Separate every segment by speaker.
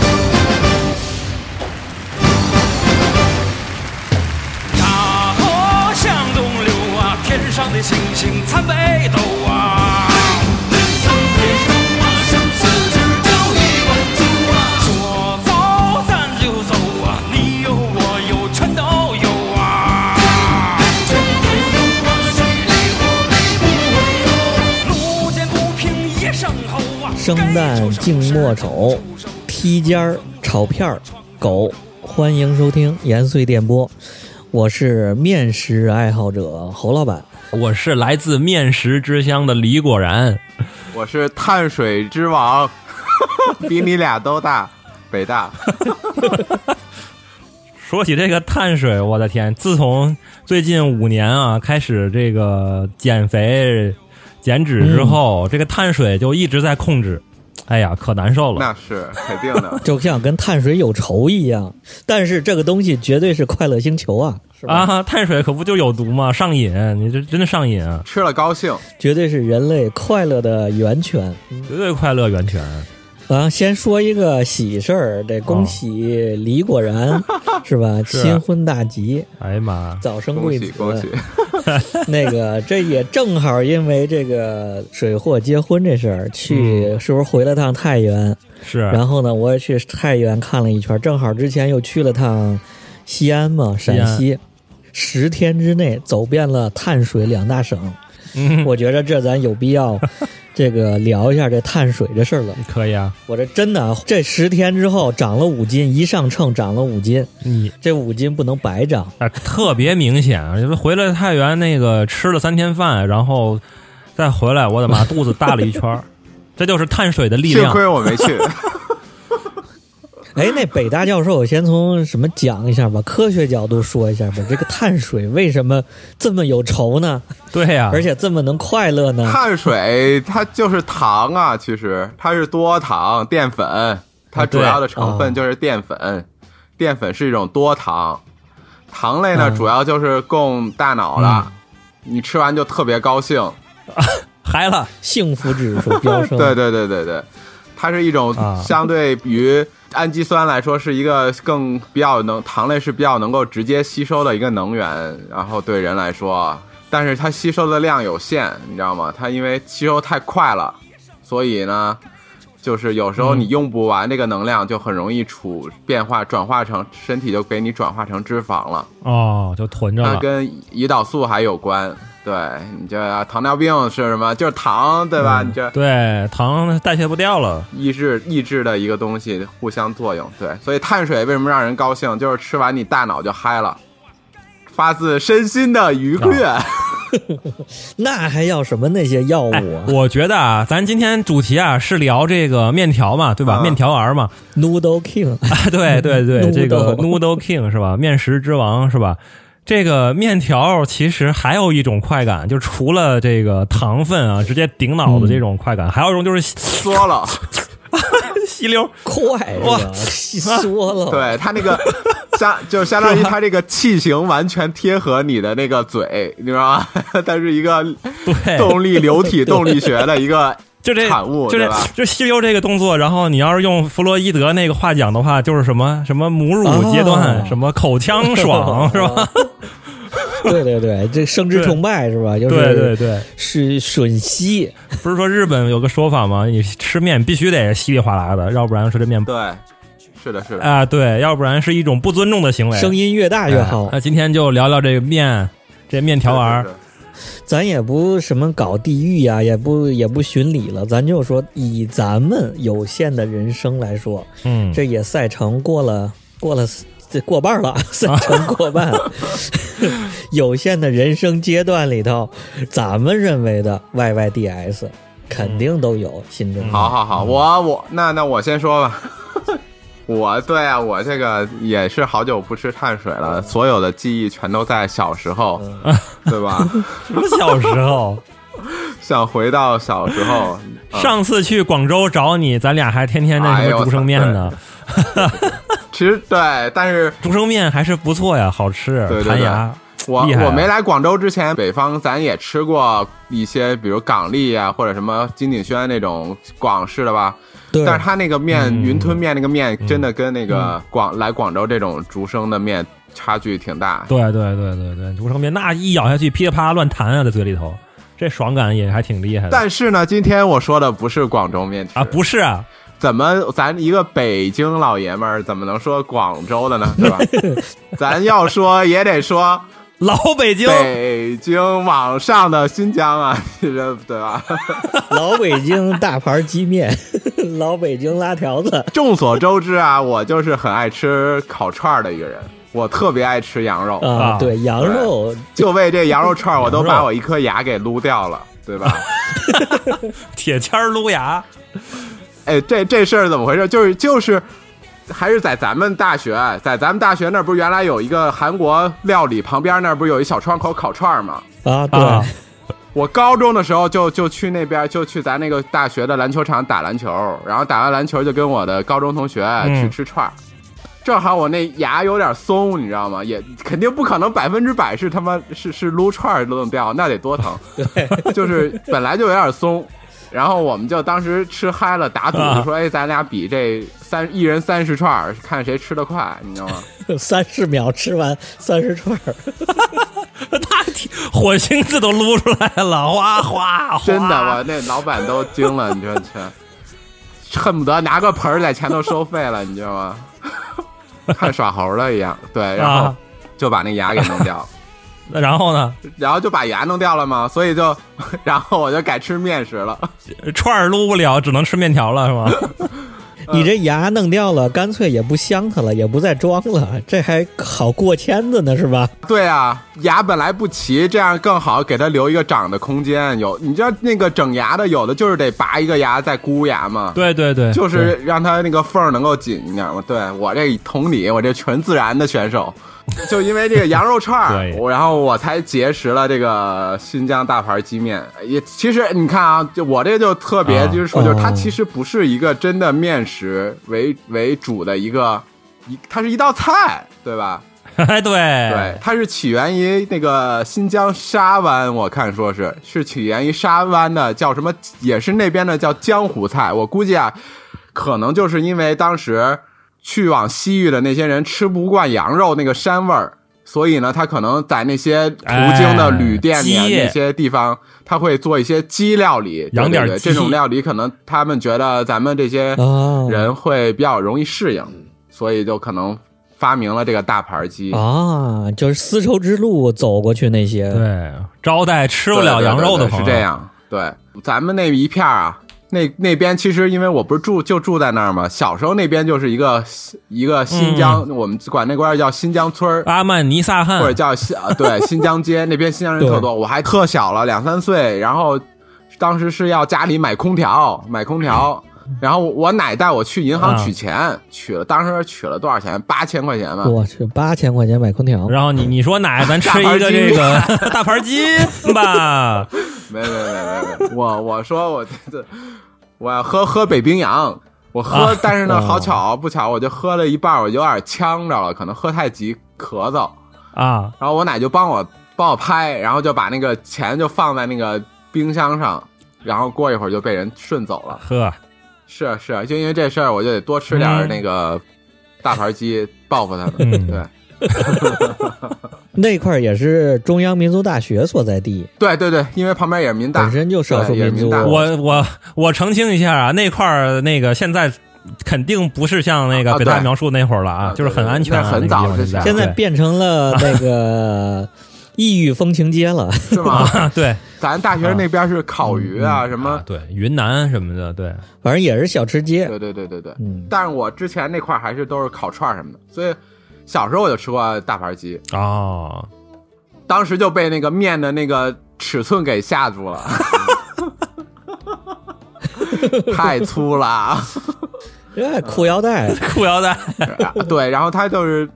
Speaker 1: 啊哦啊啊啊
Speaker 2: 生蛋静默丑，披尖儿炒片儿狗。欢迎收听延绥电波，我是面食爱好者侯老板。。
Speaker 3: 我是来自面食之乡的李果然，
Speaker 4: 我是碳水之王， 比你俩都大，北 大。
Speaker 3: 说起这个碳水，我的天！自从最近五年啊开始这个减肥减脂之后，这个碳水就一直在控制。哎呀，可难受了！
Speaker 4: 那是肯定的
Speaker 2: 就像跟碳水有仇一样，但是这个东西绝对是快乐星球啊，是吧？
Speaker 3: 啊，碳水可不就有毒吗？上瘾，你这真的上瘾，啊，
Speaker 4: 吃了高兴，
Speaker 2: 绝对是人类快乐的源泉。
Speaker 3: 绝对快乐源泉。
Speaker 2: 啊，先说一个喜事儿，得恭喜李果然， 是吧？
Speaker 3: 是
Speaker 2: 新婚大吉，
Speaker 3: 哎呀妈，
Speaker 2: 早生
Speaker 4: 恭
Speaker 2: 贵
Speaker 4: 喜
Speaker 2: 子。
Speaker 4: 恭喜！
Speaker 2: 那个，这也正好因为这个水货结婚这事儿，去、是不是回了趟太原？
Speaker 3: 是
Speaker 2: 然后呢，我也去太原看了一圈，正好之前又去了趟西安嘛，
Speaker 3: 西安
Speaker 2: 陕西。十天之内走遍了碳水两大省，
Speaker 3: 嗯，
Speaker 2: 我觉着这咱有必要这个聊一下这碳水这事 儿了。
Speaker 3: 可以啊，
Speaker 2: 我这真的啊，这十天之后长了五斤，一上秤长了五斤，
Speaker 3: 你
Speaker 2: 这五斤不能白长。
Speaker 3: 啊，特别明显。啊回来太原那个吃了三天饭，然后再回来，我的妈，肚子大了一圈儿，这就是碳水的力
Speaker 4: 幸
Speaker 3: 量。
Speaker 4: 亏我 没去，
Speaker 2: 哎，那北大教授，我先从什么讲一下吧，科学角度说一下吧，这个碳水为什么这么有仇呢？
Speaker 3: 对呀、
Speaker 2: 而且这么能快乐呢？
Speaker 4: 碳水它就是糖啊，其实它是多糖淀粉，它主要的成
Speaker 3: 啊
Speaker 4: 分就是淀粉，淀粉是一种多糖，糖类呢
Speaker 2: 嗯
Speaker 4: 主要就是供大脑
Speaker 3: 嗯
Speaker 4: 的，你吃完就特别高兴，
Speaker 3: 嗨了，
Speaker 2: 幸福指数飙升。
Speaker 4: 对对对对对，它是一种
Speaker 3: 啊
Speaker 4: 相对于氨基酸来说是一个更比较能糖类是比较能够直接吸收的一个能源，然后对人来说，但是它吸收的量有限，你知道吗？它因为吸收太快了，所以呢。就是有时候你用不完这个能量，就很容易储变化转化成身体就给你转化成脂肪了。
Speaker 3: 哦，就囤着
Speaker 4: 它
Speaker 3: 了。
Speaker 4: 跟胰岛素还有关。对你这糖尿病是什么？就是糖，对吧？
Speaker 3: 嗯
Speaker 4: 你这
Speaker 3: 对，糖代谢不掉了。
Speaker 4: 抑制抑制的一个东西互相作用。对，所以碳水为什么让人高兴？就是吃完你大脑就嗨了，发自身心的愉悦。
Speaker 2: 那还要什么那些药物啊、
Speaker 3: 我觉得啊，咱今天主题啊是聊这个面条嘛，对吧？
Speaker 4: 啊
Speaker 3: 面条儿嘛，
Speaker 2: n o o d l e King，
Speaker 3: 啊，对对对，
Speaker 2: Noodle
Speaker 3: 这个 Noodle King 是吧？面食之王是吧？这个面条儿其实还有一种快感，就除了这个糖分啊，直接顶脑子这种快感，还有一种就是 吸
Speaker 4: 缩了，
Speaker 3: 吸溜，
Speaker 2: 快是吧？细缩了。
Speaker 4: 对它那个相就相当于它这个器型完全贴合你的那个嘴，你知道吗？ 它是一个
Speaker 3: 对，
Speaker 4: 动力流体动力学的一个
Speaker 3: 就这
Speaker 4: 产物，
Speaker 3: 就
Speaker 4: 对
Speaker 3: 这
Speaker 4: 吧？
Speaker 3: 就吸溜这个动作，然后你要是用弗洛伊德那个话讲的话，就是什么什么母乳阶段，
Speaker 2: 哦
Speaker 3: 什么口 腔爽是
Speaker 4: 哦
Speaker 3: 吧？
Speaker 2: 对对对，这生殖崇拜是吧？就是
Speaker 3: 对对对，
Speaker 2: 是吮吸，
Speaker 3: 不是说日本有个说法吗？你吃面必须得稀里哗啦的，要不然说这面不
Speaker 4: 对，是的，是的。
Speaker 3: 啊，对，要不然是一种不尊重的行为。
Speaker 2: 声音越大越好。
Speaker 3: 哎哎那今天就聊聊这个面，这面条
Speaker 4: 是
Speaker 3: 儿
Speaker 4: 是是
Speaker 2: 咱也不什么搞地域呀、也不也不巡礼了，咱就说以咱们有限的人生来说，
Speaker 3: 嗯，
Speaker 2: 这也赛程过了过了这过半了， 赛程过半，有限的人生阶段里头，咱们认为的 YYDS 肯定都有心
Speaker 3: 嗯
Speaker 2: 中。
Speaker 4: 嗯好好好，我我那那我先说吧。 我对啊，我这个也是好久不吃碳水了，所有的记忆全都在小时候，
Speaker 3: 嗯
Speaker 4: 对吧？
Speaker 3: 什么小时 候？
Speaker 4: 想回到小时候，啊
Speaker 3: 上次去广州找你，咱俩还天天那什
Speaker 4: 哎呦
Speaker 3: 么竹升面呢，
Speaker 4: 其实对，但是
Speaker 3: 竹升面还是不错呀，好吃
Speaker 4: 对对，对
Speaker 3: 弹牙。
Speaker 4: 我
Speaker 3: 厉害啊
Speaker 4: 我没来广州之前，北方咱也吃过一些，比如港丽啊，或者什么金鼎轩那种广式的吧。
Speaker 2: 对，
Speaker 4: 但是它那个面，
Speaker 3: 嗯
Speaker 4: 云吞面那个面，真的跟那个广来广州这种竹升的面差距挺大。
Speaker 3: 对对对对对，竹升面那一咬下去，噼里啪啦乱弹啊，在嘴里头，这爽感也还挺厉害的。
Speaker 4: 但是呢，今天我说的不是广州面条
Speaker 3: 啊，不是啊，
Speaker 4: 怎么咱一个北京老爷们儿怎么能说广州 的呢？是吧？咱要说也得说
Speaker 3: 老北京
Speaker 4: 北京 往上的新疆啊，你这对吧？
Speaker 2: 老北京大盘鸡面， 老北京拉条子，
Speaker 4: 众所周知啊，我就是很爱吃烤串儿的一个人，我特别爱吃羊肉，
Speaker 2: 啊，
Speaker 3: 啊
Speaker 2: 对，羊肉
Speaker 4: 就为这羊肉串儿，我都
Speaker 3: 羊肉
Speaker 4: 把我一颗牙给撸掉了，对吧？
Speaker 3: 铁签儿撸牙，
Speaker 4: 哎，这这事儿怎么回事？就是就是，还是在咱们大学，啊在咱们大学那儿不是原来有一个韩国料理旁边那儿不是有一小窗口烤串儿吗？
Speaker 2: 啊，
Speaker 3: 啊
Speaker 2: 对，
Speaker 4: 我高中的时候就就去那边，就去咱那个大学的篮球场打篮球，然后打完篮球就跟我的高中同学去吃串儿。正好我那牙有点松，你知道吗？也肯定不可能百分之百是他妈是是撸串儿弄掉，那得多疼。对， 就是本来就有点松，然后我们就当时吃嗨了，打赌
Speaker 3: 啊
Speaker 4: 说，哎，咱俩比这三一人三十串儿，看谁吃的快，你知道吗？
Speaker 2: 三十秒吃完三十串儿，
Speaker 3: 他铁火星子都撸出来了，哗哗哗！
Speaker 4: 真的，我那老板都惊了，你说这，恨不得拿个盆儿在前头收费了，你知道吗？看耍猴了一样，对，然后
Speaker 3: 啊
Speaker 4: 就把那牙给弄掉，
Speaker 3: 那然后呢？
Speaker 4: 然后就把牙弄掉了嘛，所以就，然后我就改吃面食了，
Speaker 3: 串儿撸不了，只能吃面条了，是吗？
Speaker 2: 你这牙弄掉了，干脆也不镶它了，也不再装了，这还好过签子呢，是吧？
Speaker 4: 对啊，牙本来不齐，这样更好，给它留一个长的空间。有，你知道那个整牙的，有的就是得拔一个牙再箍牙嘛，
Speaker 3: 对对对，
Speaker 4: 就是让它那个缝儿能够紧一点嘛。对我这同理，我这纯自然的选手，就因为这个羊肉串儿，
Speaker 3: 对
Speaker 4: 我然后我才结识了这个新疆大盘鸡面。也其实你看啊，就我这就特别
Speaker 3: 啊
Speaker 4: 就是说，就是它
Speaker 2: 哦
Speaker 4: 其实不是一个真的面食为为主的一个一，它是一道菜，对吧？
Speaker 3: 哎，对
Speaker 4: 对，，它是起源于那个新疆沙湾，我看说是是起源于沙湾的，叫什么？也是那边的叫江湖菜。我估计啊，可能就是因为当时去往西域的那些人吃不惯羊肉那个膻味儿，所以呢，他可能在那些途经的
Speaker 3: 哎
Speaker 4: 旅店里、啊
Speaker 3: 鸡
Speaker 4: 那些地方，他会做一些鸡料理，
Speaker 3: 养点
Speaker 4: 对对对
Speaker 3: 鸡
Speaker 4: 这种料理，可能他们觉得咱们这些
Speaker 2: 哦
Speaker 4: 人会比较容易适应，所以就可能发明了这个大盘鸡。
Speaker 2: 啊，就是丝绸之路走过去那些，
Speaker 3: 对，招待吃不
Speaker 4: 对
Speaker 3: 了
Speaker 4: 对
Speaker 3: 羊
Speaker 4: 对
Speaker 3: 肉的
Speaker 4: 对
Speaker 3: 朋友
Speaker 4: 是这。样。对，咱们那一片儿啊，那那边其实因为我不是住就住在那儿嘛，小时候那边就是一个一个
Speaker 3: 嗯
Speaker 4: 新疆，我们管那块儿叫新疆村儿。
Speaker 3: 阿曼尼萨汗
Speaker 4: 或者叫新啊，对新疆街那边新疆人特多，我还特小了两三岁，然后当时是要家里买空调，买空调，
Speaker 3: 嗯
Speaker 4: 然后我奶带我去银行取钱，取了当时取了多少钱？八千块钱吧，
Speaker 2: 我去，八千块钱买空调，
Speaker 3: 然后你你说奶，咱吃一个这个大盘鸡吧，
Speaker 4: 没没没没没，我我说我这我要喝喝北冰洋，我喝，
Speaker 3: 啊
Speaker 4: 但是呢，
Speaker 2: 哦
Speaker 4: 好巧不巧，我就喝了一半儿，我有点呛着了，可能喝太急咳嗽，
Speaker 3: 啊，
Speaker 4: 然后我奶就帮我帮我拍，然后就把那个钱就放在那个冰箱上，然后过一会儿就被人顺走了。
Speaker 3: 呵，
Speaker 4: 是是，就因为这事儿，我就得多吃点儿
Speaker 3: 嗯
Speaker 4: 那个大盘鸡报复他们。
Speaker 3: 嗯
Speaker 4: 对
Speaker 2: 那块儿也是中央民族大学所在地，
Speaker 4: 对对对，因为旁边也是民大
Speaker 2: 本，身就少数
Speaker 4: 对也是
Speaker 2: 民族
Speaker 4: 民。大
Speaker 3: 我我我澄清一下啊，那块儿那个现在肯定不是像那个
Speaker 4: 啊
Speaker 3: 北大
Speaker 4: 对
Speaker 3: 描述那会儿了啊，
Speaker 4: 啊
Speaker 3: 就是很安全啊、
Speaker 4: 对
Speaker 3: 那个
Speaker 4: 对对
Speaker 3: 地
Speaker 4: 那
Speaker 3: 方
Speaker 4: 很早之前
Speaker 2: 现在
Speaker 3: 对
Speaker 2: 变成了那个异域风情街了，
Speaker 4: 是 吗？
Speaker 3: 啊，对
Speaker 4: 咱大学那边是烤鱼啊，什么
Speaker 3: 啊，对云南什么的，对，
Speaker 2: 反正也是小吃街。
Speaker 4: 对对对对对，
Speaker 2: 嗯
Speaker 4: 但是我之前那块儿还是都是烤串儿什么的，所以小时候我就吃过大盘鸡，
Speaker 3: 哦，
Speaker 4: 当时就被那个面的那个尺寸给吓住 了，太粗 了。
Speaker 2: 哎，裤腰带，
Speaker 3: 裤腰 带
Speaker 4: 对，然后它就是，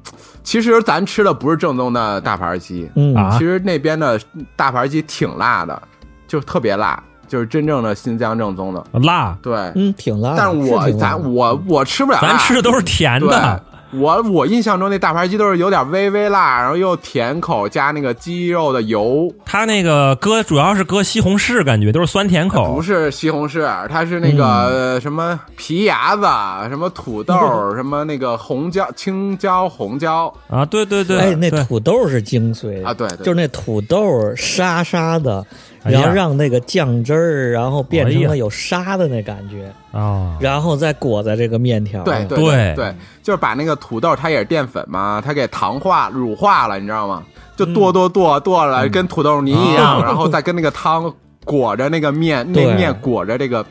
Speaker 4: 其实咱吃的不是正宗的大盘鸡，
Speaker 2: 嗯，
Speaker 3: 啊
Speaker 4: 其实那边的大盘鸡挺辣的，就是特别辣，就是真正的新疆正宗的。
Speaker 3: 辣，
Speaker 4: 对，
Speaker 2: 嗯，挺辣的。
Speaker 4: 但我
Speaker 2: 是挺辣
Speaker 4: 咱
Speaker 2: 的
Speaker 4: 我我吃不了辣，
Speaker 3: 咱吃的都是甜
Speaker 4: 对，
Speaker 3: 的，
Speaker 4: 我我印象中那大盘鸡都是有点微微辣，然后又甜口加那个鸡肉的油，
Speaker 3: 它那个搁主要是搁西红柿，感觉都是酸甜口
Speaker 4: 哎不，是西红柿，它是那
Speaker 3: 嗯
Speaker 4: 个、呃什么皮牙子、什么土豆、什么那个红椒、青椒、红椒
Speaker 3: 啊，对对对，
Speaker 2: 哎，那
Speaker 3: 对
Speaker 2: 土豆是精髓
Speaker 4: 啊，对，对
Speaker 2: 就是那土豆沙沙的，
Speaker 3: 哎呀
Speaker 2: 然后让那个酱汁儿，然后变成
Speaker 3: 哎呀
Speaker 2: 了有沙的那感觉，
Speaker 3: 啊，
Speaker 2: 然后再裹在这个面条。
Speaker 4: 对对
Speaker 3: 对
Speaker 4: 对，就是把那个土豆，它也是淀粉嘛，它给糖化、乳化了，你知道吗？就剁剁剁剁了，跟土豆泥一样，
Speaker 3: 嗯啊
Speaker 4: 然后再跟那个汤裹着那个面，那
Speaker 2: 对
Speaker 4: 面裹着这个。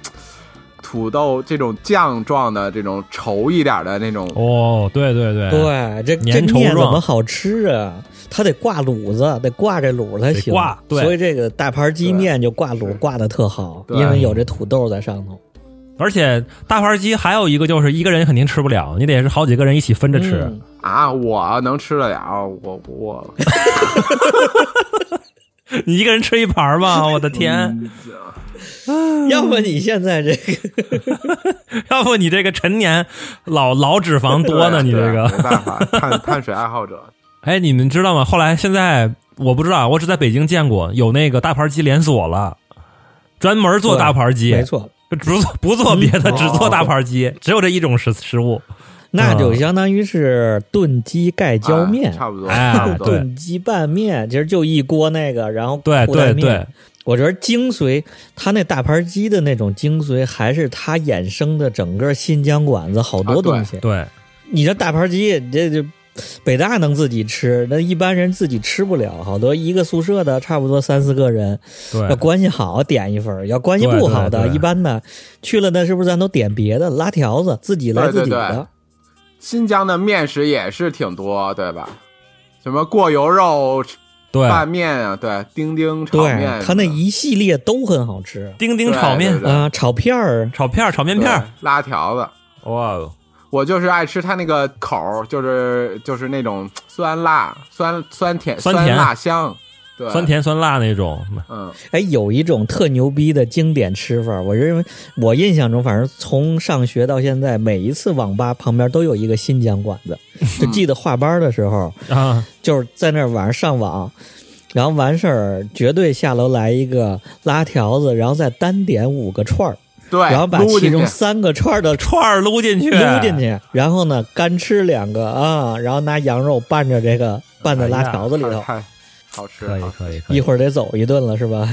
Speaker 4: 土豆这种酱状的、这种稠一点的那种，
Speaker 3: 哦，对对对，
Speaker 2: 对，这这
Speaker 3: 粘稠
Speaker 2: 面怎
Speaker 3: 状
Speaker 2: 么好吃啊？它得挂卤子，得挂这卤才行。
Speaker 3: 挂对
Speaker 2: 所以这个大盘鸡
Speaker 4: 对
Speaker 2: 面就挂
Speaker 4: 是
Speaker 2: 卤挂的特好，
Speaker 4: 对
Speaker 2: 因为有这土豆在上头。
Speaker 3: 而且大盘鸡还有一个就是一个人肯定吃不了，你得是好几个人一起分着吃。
Speaker 2: 嗯
Speaker 4: 啊，我能吃得了，我我
Speaker 3: 你一个人吃一盘儿吗？我的天！啊
Speaker 4: 嗯
Speaker 2: 嗯要不你现在这个
Speaker 3: 要不你这个陈年老老脂肪 多呢，你这
Speaker 4: 对啊
Speaker 3: 个。
Speaker 4: 没办法，碳碳水爱 好者，
Speaker 3: 哎，你们知道吗？后来现在我不知道，我只在北京见过有那个大盘鸡连锁了，专门做大盘鸡，
Speaker 2: 没错，
Speaker 3: 不做不做别的，
Speaker 4: 嗯
Speaker 3: 只做大盘鸡，只有这一种食食物。啊
Speaker 2: 那就相当于是炖鸡盖浇面
Speaker 4: 哎、差不多，
Speaker 3: 哎
Speaker 4: 差不多
Speaker 3: 对
Speaker 2: 炖鸡拌面，其实就一锅那个，然后
Speaker 3: 对
Speaker 2: 裤带
Speaker 3: 对
Speaker 2: 面
Speaker 3: 对，
Speaker 2: 我觉得精髓，它那大盘鸡的那种精髓，还是它衍生的整个新疆馆子好
Speaker 4: 啊
Speaker 2: 多
Speaker 4: 对
Speaker 2: 东西。
Speaker 3: 对，
Speaker 2: 你这大盘鸡，你这就北大能自己吃，那一般人自己吃不了。好多一个宿舍的差不多三四个人，要
Speaker 3: 对，
Speaker 2: 关系好点一份儿，要关系不好
Speaker 3: 对
Speaker 2: 的，
Speaker 3: 对对
Speaker 2: 一般的去了那是不是咱都点别的拉条子，自己来自己的？
Speaker 4: 新疆的面食也是挺多，对吧？什么过油肉
Speaker 3: 对，
Speaker 4: 拌面啊，对，丁丁炒面什么
Speaker 2: 对，
Speaker 4: 的，
Speaker 2: 它那一系列都很好吃
Speaker 3: 丁丁
Speaker 4: 对
Speaker 3: 炒面
Speaker 4: 对、对
Speaker 2: 啊，炒片儿
Speaker 3: 炒片儿、炒面
Speaker 4: 对
Speaker 3: 片儿，
Speaker 4: 拉条子。
Speaker 3: 哇哦，
Speaker 4: 我就是爱吃它那个口儿，就是就是那种酸辣酸酸甜
Speaker 3: 酸甜
Speaker 4: 辣香，对，
Speaker 3: 酸，甜酸辣那种。
Speaker 4: 嗯，
Speaker 2: 哎，有一种特牛逼的经典吃法，我认为我印象中，反正从上学到现在，每一次网吧旁边都有一个新疆馆子。就记得画班的时候，
Speaker 3: 啊，
Speaker 2: 就是在那儿晚上上网，然后完事儿绝对下楼来一个拉条子，然后再单点五个串儿，
Speaker 4: 对，
Speaker 2: 然后把
Speaker 4: 哎撸
Speaker 2: 其
Speaker 4: 进
Speaker 2: 中
Speaker 4: 去
Speaker 2: 三个串儿的串
Speaker 3: 串儿撸进去，
Speaker 2: 儿撸进。去，然后呢干吃两个啊，然后拿羊肉拌着这个拌在拉条子里头，
Speaker 4: 太太好吃
Speaker 3: 可以
Speaker 4: 了，
Speaker 3: 可以可
Speaker 2: 一
Speaker 3: 以，
Speaker 2: 会儿得走一顿了是 吧？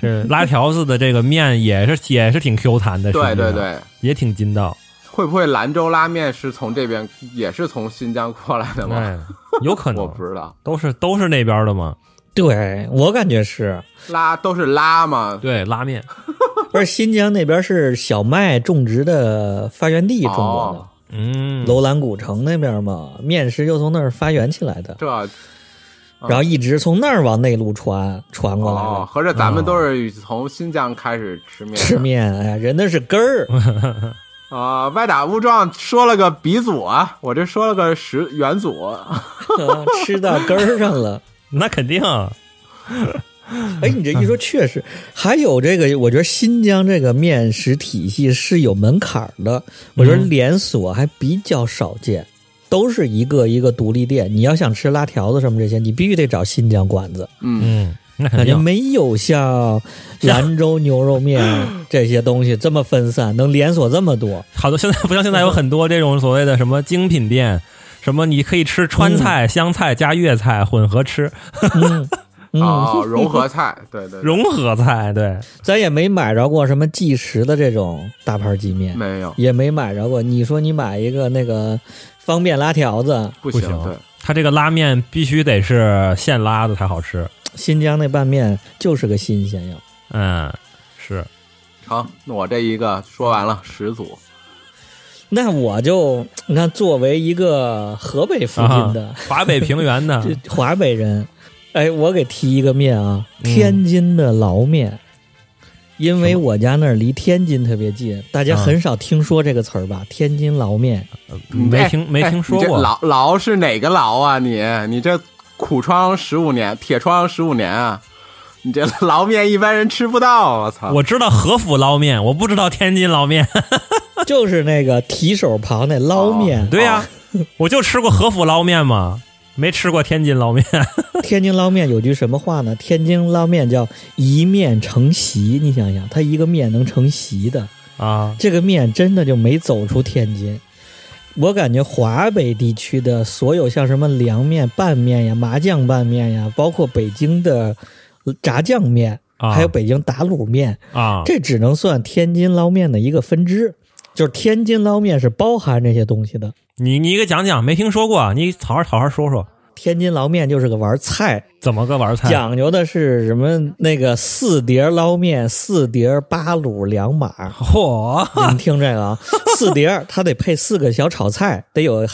Speaker 3: 这拉条子的这个面也是也是挺 Q 弹的，
Speaker 4: 对
Speaker 3: 实际
Speaker 4: 对
Speaker 3: 上，
Speaker 4: 对。
Speaker 3: 也挺筋道，
Speaker 4: 会不会兰州拉面是从这边，也是从新疆过来的吗？
Speaker 3: 哎，有可
Speaker 4: 我
Speaker 3: 能
Speaker 4: 不知道，
Speaker 3: 都是都是那边的嘛。
Speaker 2: 对我感觉是。
Speaker 4: 拉都是拉嘛，
Speaker 3: 对，拉面
Speaker 2: 而新疆那边是小麦种植的发源地，中国的、
Speaker 4: 哦
Speaker 3: 嗯，
Speaker 2: 楼兰古城那边嘛，面食就从那儿发源起来的，
Speaker 4: 这
Speaker 2: 然后一直从那儿往内陆传传过来的。
Speaker 4: 嗯哦，合着咱们都是从新疆开始吃面的，
Speaker 2: 吃面，哎呀，人那是根 儿，
Speaker 4: 啊，歪打误撞说了个鼻祖啊，我这说了个始元祖，
Speaker 2: 啊吃到根儿上了。
Speaker 3: 那肯定啊
Speaker 2: 哎，你这一说确实，还有这个，我觉得新疆这个面食体系是有门槛儿的，我觉得
Speaker 3: 嗯
Speaker 2: 连锁还比较少见，都是一个一个独立店。你要想吃拉条子什么这些，你必须得找新疆馆子。
Speaker 4: 嗯，
Speaker 3: 嗯，那肯
Speaker 2: 感觉
Speaker 3: 定
Speaker 2: 没有像兰州牛肉面这些东西这么分散，能连锁这么多。
Speaker 3: 好多。现在不像现在有很多这种所谓的什么精品店，什么你可以吃川菜、湘菜加粤菜混合吃，
Speaker 2: 嗯 嗯，
Speaker 4: 哦，融合菜，对对，对
Speaker 3: 融合菜，对，
Speaker 2: 咱也没买着过什么即食的这种大盘鸡面，
Speaker 4: 没有，
Speaker 2: 也没买着过。你说你买一个那个方便拉条子，
Speaker 4: 不
Speaker 3: 不
Speaker 4: 行，
Speaker 3: 行
Speaker 4: 对，
Speaker 3: 它这个拉面必须得是现拉的才好吃，
Speaker 2: 新疆那拌面就是个新鲜样。
Speaker 3: 嗯，是
Speaker 4: 成，那我这一个说完了，始祖，
Speaker 2: 那我就你看，作为一个河北附近的、，
Speaker 3: 啊华北平原 的
Speaker 2: 这华北人，哎，我给提一个面啊，天津的捞面，因为我家那儿离天津特别近，大家很少听说这个词儿吧？天津捞面，
Speaker 3: 没听没
Speaker 4: 哎
Speaker 3: 听说
Speaker 4: 你这
Speaker 3: 过，
Speaker 4: 劳劳是哪个劳啊？你你这苦窗十五年，铁窗十五年啊，你这捞面一般人吃不到，我操，
Speaker 3: 我知道合府捞面，我不知道天津捞面。
Speaker 2: 就是那个提手旁那捞面，
Speaker 3: 对呀、
Speaker 4: 哦
Speaker 3: 我就吃过合府捞面嘛，没吃过天津捞面。
Speaker 2: 天津捞面有句什么话呢？天津捞面叫一面成席，你想想，它一个面能成席的，
Speaker 3: 啊，
Speaker 2: 这个面真的就没走出天津。我感觉华北地区的所有像什么凉面、拌面呀、麻酱拌面呀，包括北京的炸酱面，
Speaker 3: 啊
Speaker 2: 还有北京打卤面，
Speaker 3: 啊，
Speaker 2: 这只能算天津捞面的一个分支。就是天津捞面是包含这些东西的。
Speaker 3: 啊你你给讲讲，没听说过，你好好好好说说。
Speaker 2: 天津捞面就是个玩菜，
Speaker 3: 怎么个玩菜？
Speaker 2: 讲究的是什么？那个四碟捞面，四碟八卤两码。
Speaker 3: 嚯，
Speaker 2: 你们听这个 啊，四碟它得配四个小炒菜，得有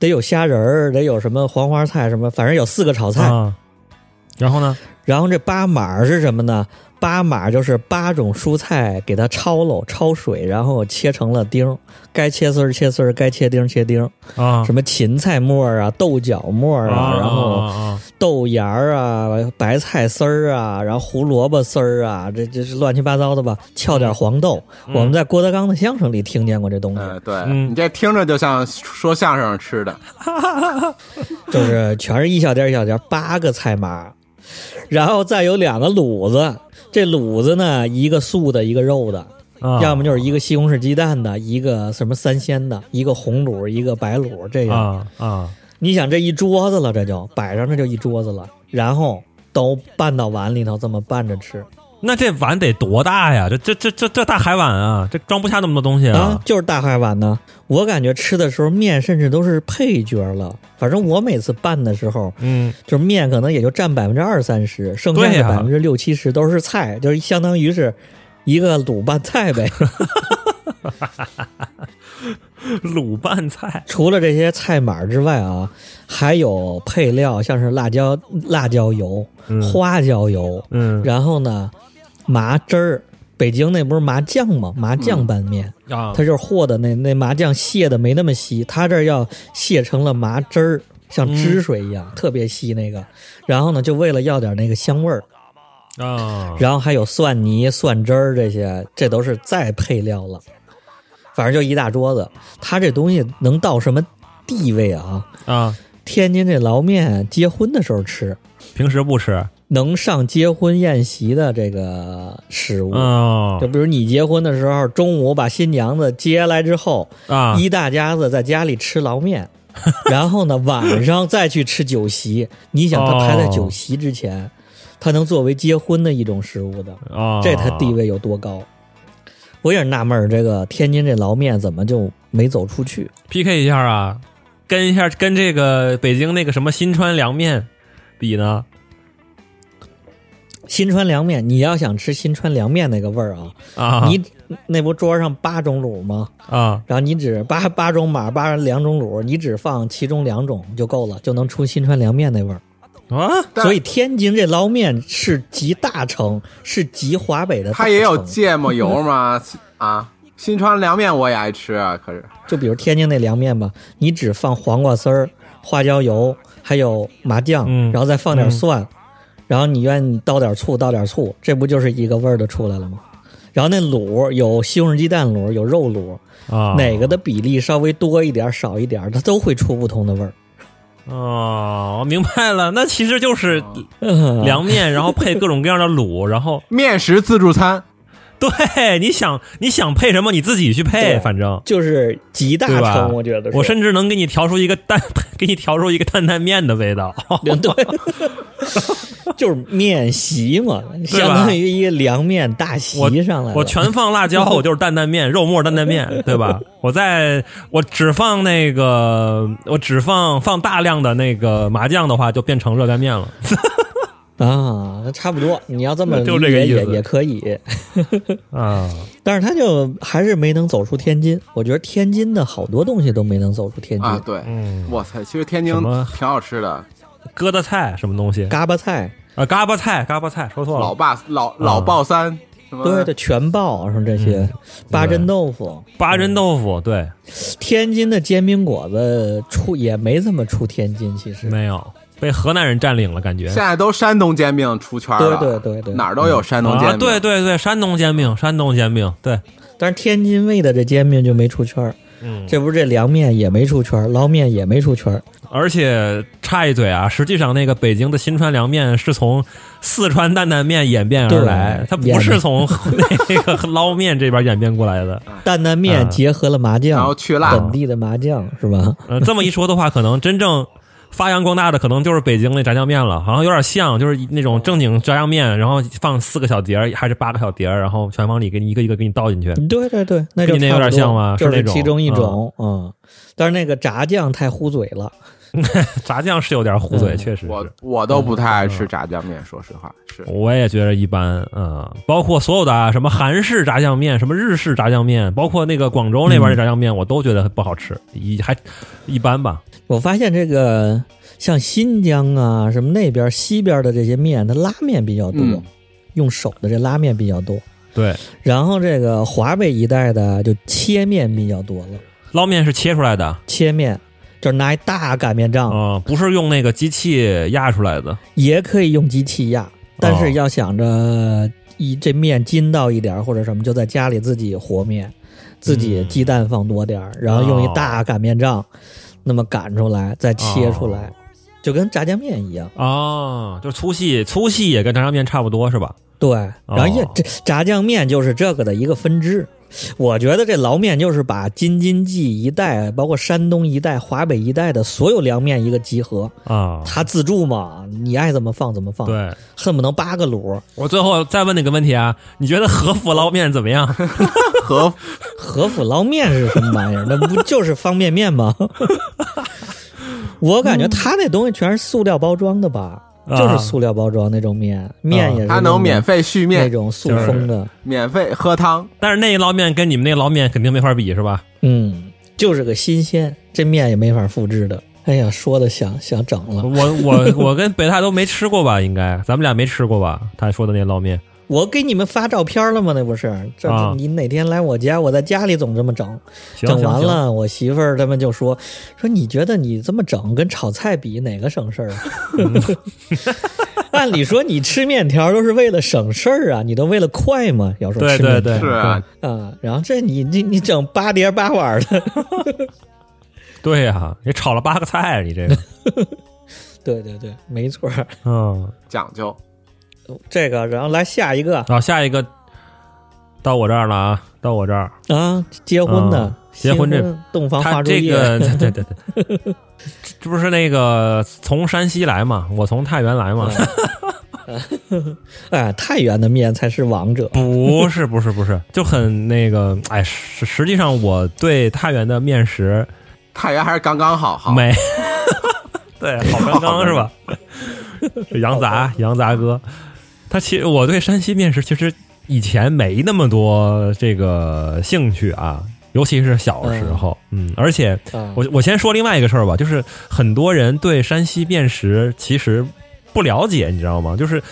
Speaker 2: 得有虾仁儿，得有什么黄花菜什么，反正有四个炒菜。
Speaker 3: 啊！ 然后呢？
Speaker 2: 然后这八码是什么呢？八码就是八种蔬菜给它焯喽，焯水，然后切成了丁儿，该切丝儿切丝儿，该切丁儿切丁儿。
Speaker 3: 啊，
Speaker 2: 什么芹菜末儿啊、豆角末儿啊，
Speaker 3: 啊
Speaker 2: 然后
Speaker 3: 啊啊
Speaker 2: 豆芽儿啊、白菜丝儿啊，然后胡萝卜丝儿啊，这这是乱七八糟的吧？翘点黄豆，
Speaker 3: 嗯
Speaker 2: 我们在郭德纲的相声里听见过这东西，
Speaker 4: 嗯，对、
Speaker 3: 嗯
Speaker 4: 你这听着就像说相声吃 的，
Speaker 2: 就是 全是一小碟儿一小碟儿八个菜码，然后再有两个卤子，这卤子呢，一个素的，一个肉的，
Speaker 3: 啊
Speaker 2: 要么就是一个西红柿鸡蛋的，一个什么三鲜的，一个红卤，一个白卤，这样。
Speaker 3: 啊啊
Speaker 2: 你想这一桌子了，这就摆上这就一桌子了，然后都拌到碗里头，这么拌着吃
Speaker 3: 那这碗得多大呀？这这这这这大海碗啊，这装不下那么多东西
Speaker 2: 啊，就是大海碗呢。我感觉吃的时候面甚至都是配角了，反正我每次拌的时候，
Speaker 3: 嗯，
Speaker 2: 就是面可能也就占百分之二三十，剩下
Speaker 3: 对
Speaker 2: 的
Speaker 3: 呀
Speaker 2: 百分之六七十都是菜，就是相当于是一个卤拌菜 呗。
Speaker 3: 卤拌菜
Speaker 2: 除了这些菜码之外啊，还有配料，像是辣椒、辣椒油、
Speaker 3: 嗯
Speaker 2: 花椒油，
Speaker 3: 嗯
Speaker 2: 然后呢，麻汁儿，北京那不是麻酱吗？麻酱拌面，
Speaker 3: 啊
Speaker 2: 它就是和的那那麻酱卸的没那么稀，它这儿要卸成了麻汁儿，像
Speaker 3: 嗯
Speaker 2: 汁水一样，特别稀那个。然后呢，就为了要点那个香味儿，
Speaker 3: 啊
Speaker 2: 然后还有蒜泥、蒜汁儿这些，这都是再配料了。反正就一大桌子，它这东西能到什么地位啊？
Speaker 3: 啊！
Speaker 2: 天津这捞面，结婚的时候吃，
Speaker 3: 平时不吃，
Speaker 2: 能上结婚宴席的这个食物。
Speaker 3: 嗯
Speaker 2: 就比如你结婚的时候，中午把新娘子接来之后，
Speaker 3: 啊
Speaker 2: 一大家子在家里吃捞面， 然后呢晚上再去吃酒席。你想，他排在酒席之前，他能作为结婚的一种食物的，
Speaker 3: 哦啊，
Speaker 2: 这他地位有多高？我也是纳闷儿，这个天津这捞面怎么就没走出去？
Speaker 3: PK 一下啊，跟一下跟这个北京那个什么新川凉面比呢？
Speaker 2: 新川凉面，你要想吃新川凉面那个味儿啊，
Speaker 3: 啊，
Speaker 2: 你那不桌上八种卤吗？
Speaker 3: 啊
Speaker 2: 然后你只八八种码八两种卤，你只放其中两种就够了，就能出新川凉面那味儿。
Speaker 3: 啊
Speaker 4: 但
Speaker 2: 所以天津这捞面是集大成，是集华北的大成。
Speaker 4: 它也有芥末油吗？ 啊，新川凉面我也爱吃，啊可是
Speaker 2: 就比如天津那凉面吧，你只放黄瓜丝儿、花椒油，还有麻酱，
Speaker 3: 嗯
Speaker 2: 然后再放点
Speaker 3: 嗯
Speaker 2: 蒜，然后你愿意倒点醋，倒点醋，这不就是一个味儿就出来了吗？然后那卤有西红柿鸡蛋卤，有肉卤，
Speaker 3: 啊，
Speaker 2: 哪个的比例稍微多一点、少一点，它都会出不同的味儿。
Speaker 3: 哦，我明白了，那其实就是
Speaker 2: 嗯
Speaker 3: 凉面，然后配各种各样的卤，然后
Speaker 4: 面食自助餐，
Speaker 3: 对，你想你想配什么你自己去配，
Speaker 2: 对
Speaker 3: 反正
Speaker 2: 就是集大
Speaker 3: 对吧
Speaker 2: 成，我觉得是
Speaker 3: 我甚至能给你调出一个担， 给你调出一个担担面的味道。
Speaker 2: 嗯 对， 就是面席嘛，相当于一个凉面大席上来了
Speaker 3: 我全放辣椒，我就是担担面，肉末担担面，对吧？我在我只放那个，我只放放大量的那个麻酱的话，就变成热干面了。
Speaker 2: 啊，那差不多。你要这么
Speaker 3: 就这个
Speaker 2: 理解
Speaker 3: 意思
Speaker 2: 也也可以，
Speaker 3: 啊，
Speaker 2: 但是他就还是没能走出天津。我觉得天津的好多东西都没能走出天津，
Speaker 4: 啊，对，
Speaker 3: 嗯，
Speaker 4: 我操，其实天津
Speaker 3: 什么
Speaker 4: 挺好吃的，
Speaker 3: 疙瘩菜什么东西？
Speaker 2: 嘎巴菜，
Speaker 3: 啊，嘎巴菜，嘎巴菜，说错
Speaker 4: 老
Speaker 3: 了，
Speaker 4: 爸老老爆三，什么
Speaker 2: 对对，全爆什么这些，
Speaker 3: 嗯
Speaker 2: 八珍豆腐，
Speaker 3: 八珍豆
Speaker 4: 嗯
Speaker 3: 腐，对，
Speaker 2: 天津的煎饼果子出也没怎么出天津，其实。
Speaker 3: 没有被河南人占领了，感觉
Speaker 4: 现。在都山东煎饼出圈
Speaker 2: 对
Speaker 4: 了，
Speaker 2: 对对对，
Speaker 4: 哪儿都有山东煎
Speaker 3: 啊，
Speaker 4: 饼，
Speaker 3: 对对对，山东煎饼，山东煎饼，对，
Speaker 2: 但是天津卫的这煎饼就没出圈儿，
Speaker 3: 嗯，
Speaker 2: 这不是这凉面也没出圈儿，捞面也没出圈儿，
Speaker 3: 而且插一嘴啊，实际上那个北京的新川凉面是从四川担担面演变而
Speaker 2: 对，
Speaker 3: 来它不是从 那个捞面这边演变过来
Speaker 4: 啊
Speaker 3: 的。
Speaker 2: 担担面
Speaker 3: 嗯
Speaker 2: 结合了麻酱，
Speaker 4: 然后去辣，
Speaker 2: 本地的麻酱是吧？
Speaker 3: 呃，这么一说的话，可能真正发扬光大的，可能就是北京那炸酱面了，好像有点像，就是那种正经炸酱面，然后放四个小碟儿还是八个小碟儿，然后全往里给你一个一个给你倒进去。
Speaker 2: 对对对，那就
Speaker 3: 跟你那
Speaker 2: 差不
Speaker 3: 有
Speaker 2: 多
Speaker 3: 点像吗
Speaker 2: 就是
Speaker 3: 那种
Speaker 2: 其中一种，嗯。但是那个炸酱太糊嘴了，
Speaker 3: 炸酱是有点
Speaker 4: 嗯
Speaker 3: 糊嘴，确实
Speaker 4: 我
Speaker 3: 是。
Speaker 4: 我都不太爱
Speaker 3: 嗯
Speaker 4: 吃炸酱面，说实话是。
Speaker 3: 我也觉得一般，嗯，包括所有的啊什么韩式炸酱面，什么日式炸酱面，包括那个广州那边的炸酱面，我都觉得不好吃，一还一般吧。
Speaker 2: 我发现这个像新疆啊什么那边西边的这些面，它拉面比较多，
Speaker 4: 嗯
Speaker 2: 用手的这拉面比较多。
Speaker 3: 对，
Speaker 2: 然后这个华北一带的就切面比较多了，
Speaker 3: 捞面是切出来的，
Speaker 2: 切面就是拿一大擀面杖，
Speaker 3: 嗯，不是用那个机器压出来的，
Speaker 2: 也可以用机器
Speaker 3: 哦
Speaker 2: 压，但是要想着一这面筋道一点儿或者什么，就在家里自己和面，自己鸡蛋放多点
Speaker 3: 嗯
Speaker 2: 儿，然后用一大擀面杖，那么擀出来再切出来，
Speaker 3: 哦
Speaker 2: 就跟炸酱面一样。
Speaker 3: 哦，就粗细，粗细也跟炸酱面差不多是吧？
Speaker 2: 对，然后也、
Speaker 3: 哦
Speaker 2: 这炸酱面就是这个的一个分支。我觉得这捞面就是把京津冀一带，包括山东一带、华北一带的所有凉面一个集合。
Speaker 3: 啊、
Speaker 2: 它自助嘛，你爱怎么放怎么放，
Speaker 3: 对
Speaker 2: 恨不能八个卤儿。
Speaker 3: 我最后再问你个问题啊，你觉得和府捞面怎么 样？
Speaker 4: 和
Speaker 2: 和府捞面是什么玩意儿？那不就是方便面吗？ 我感觉它那东西全是塑料包装的吧，
Speaker 3: 啊
Speaker 2: 就是塑料包装那种面，面
Speaker 3: 嗯
Speaker 2: 也是
Speaker 4: 他
Speaker 2: 那
Speaker 4: 能
Speaker 2: 种
Speaker 4: 免费续
Speaker 2: 那
Speaker 4: 面，
Speaker 2: 种塑封的，
Speaker 4: 免费喝汤。
Speaker 3: 但是那捞面跟你们那捞面肯定没法比是吧？
Speaker 2: 嗯，就是个新鲜，这面也没法复制的。哎呀，说的想想整了，
Speaker 3: 我我我跟北大都没吃过吧？应该咱们俩没吃过吧？他说的那捞面，
Speaker 2: 我给你们发照片了吗？那不是，这
Speaker 3: 啊
Speaker 2: 你哪天来我家，我在家里总这么整，
Speaker 3: 行
Speaker 2: 整完，
Speaker 3: 行行
Speaker 2: 了，我媳妇儿他们就说说你觉得你这么整跟炒菜比哪个省事儿啊？ 按理说你吃面条都是为了省事儿啊，你都为了快嘛。要说
Speaker 3: 对
Speaker 2: 吃
Speaker 3: 对
Speaker 2: 面
Speaker 3: 嗯对，
Speaker 2: 条
Speaker 4: 是啊
Speaker 2: 啊，然后这你你你整八碟八碗儿的，
Speaker 3: 对呀、你炒了八个菜，你 这个，
Speaker 2: 对对对，没错儿。
Speaker 3: 嗯，
Speaker 4: 讲究。
Speaker 2: 这个，然后来下一个啊
Speaker 3: 然后下一个到我这儿了啊，到我这儿，
Speaker 2: 啊，结婚的
Speaker 3: 啊，结婚这
Speaker 2: 洞房
Speaker 3: 他
Speaker 2: 花烛
Speaker 3: 这
Speaker 2: 夜，
Speaker 3: 个 对对对对，这这不是那个从山西来嘛，我从太原来嘛，
Speaker 2: 哎，太原的面才是王者。
Speaker 3: 不是不是不是，就很那个，哎，实实际上我对太原的面食
Speaker 4: 太原还是刚刚好，好
Speaker 3: 没， 对，好刚刚是 吧？这羊杂羊杂哥，他其实我对山西面食其实以前没那么多这个兴趣啊，尤其是小时候，嗯，而且
Speaker 2: 啊
Speaker 3: 我我先说另外一个事儿吧，就是很多人对山西面食其实不了解，你知道吗？就是。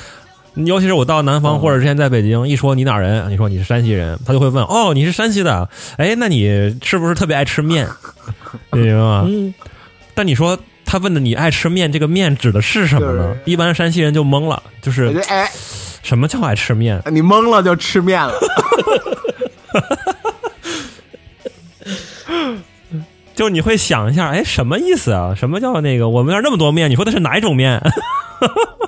Speaker 3: 尤其是我到南方
Speaker 2: 嗯
Speaker 3: 或者之前在北京，一说你哪儿人，你说你是山西人，他就会问哦，你是山西的，哎，那你是不是特别爱吃面？你明白吗？
Speaker 2: 嗯，
Speaker 3: 但你说他问的你爱吃面，这个面指的是什么呢？一般山西人就懵了，就
Speaker 4: 我
Speaker 3: 是
Speaker 4: 觉得哎，
Speaker 3: 什么叫爱吃面？
Speaker 4: 你懵了就吃面了，
Speaker 3: 就你会想一下，哎，什么意思啊？什么叫那个我们那儿那么多面？你说的是哪一种面？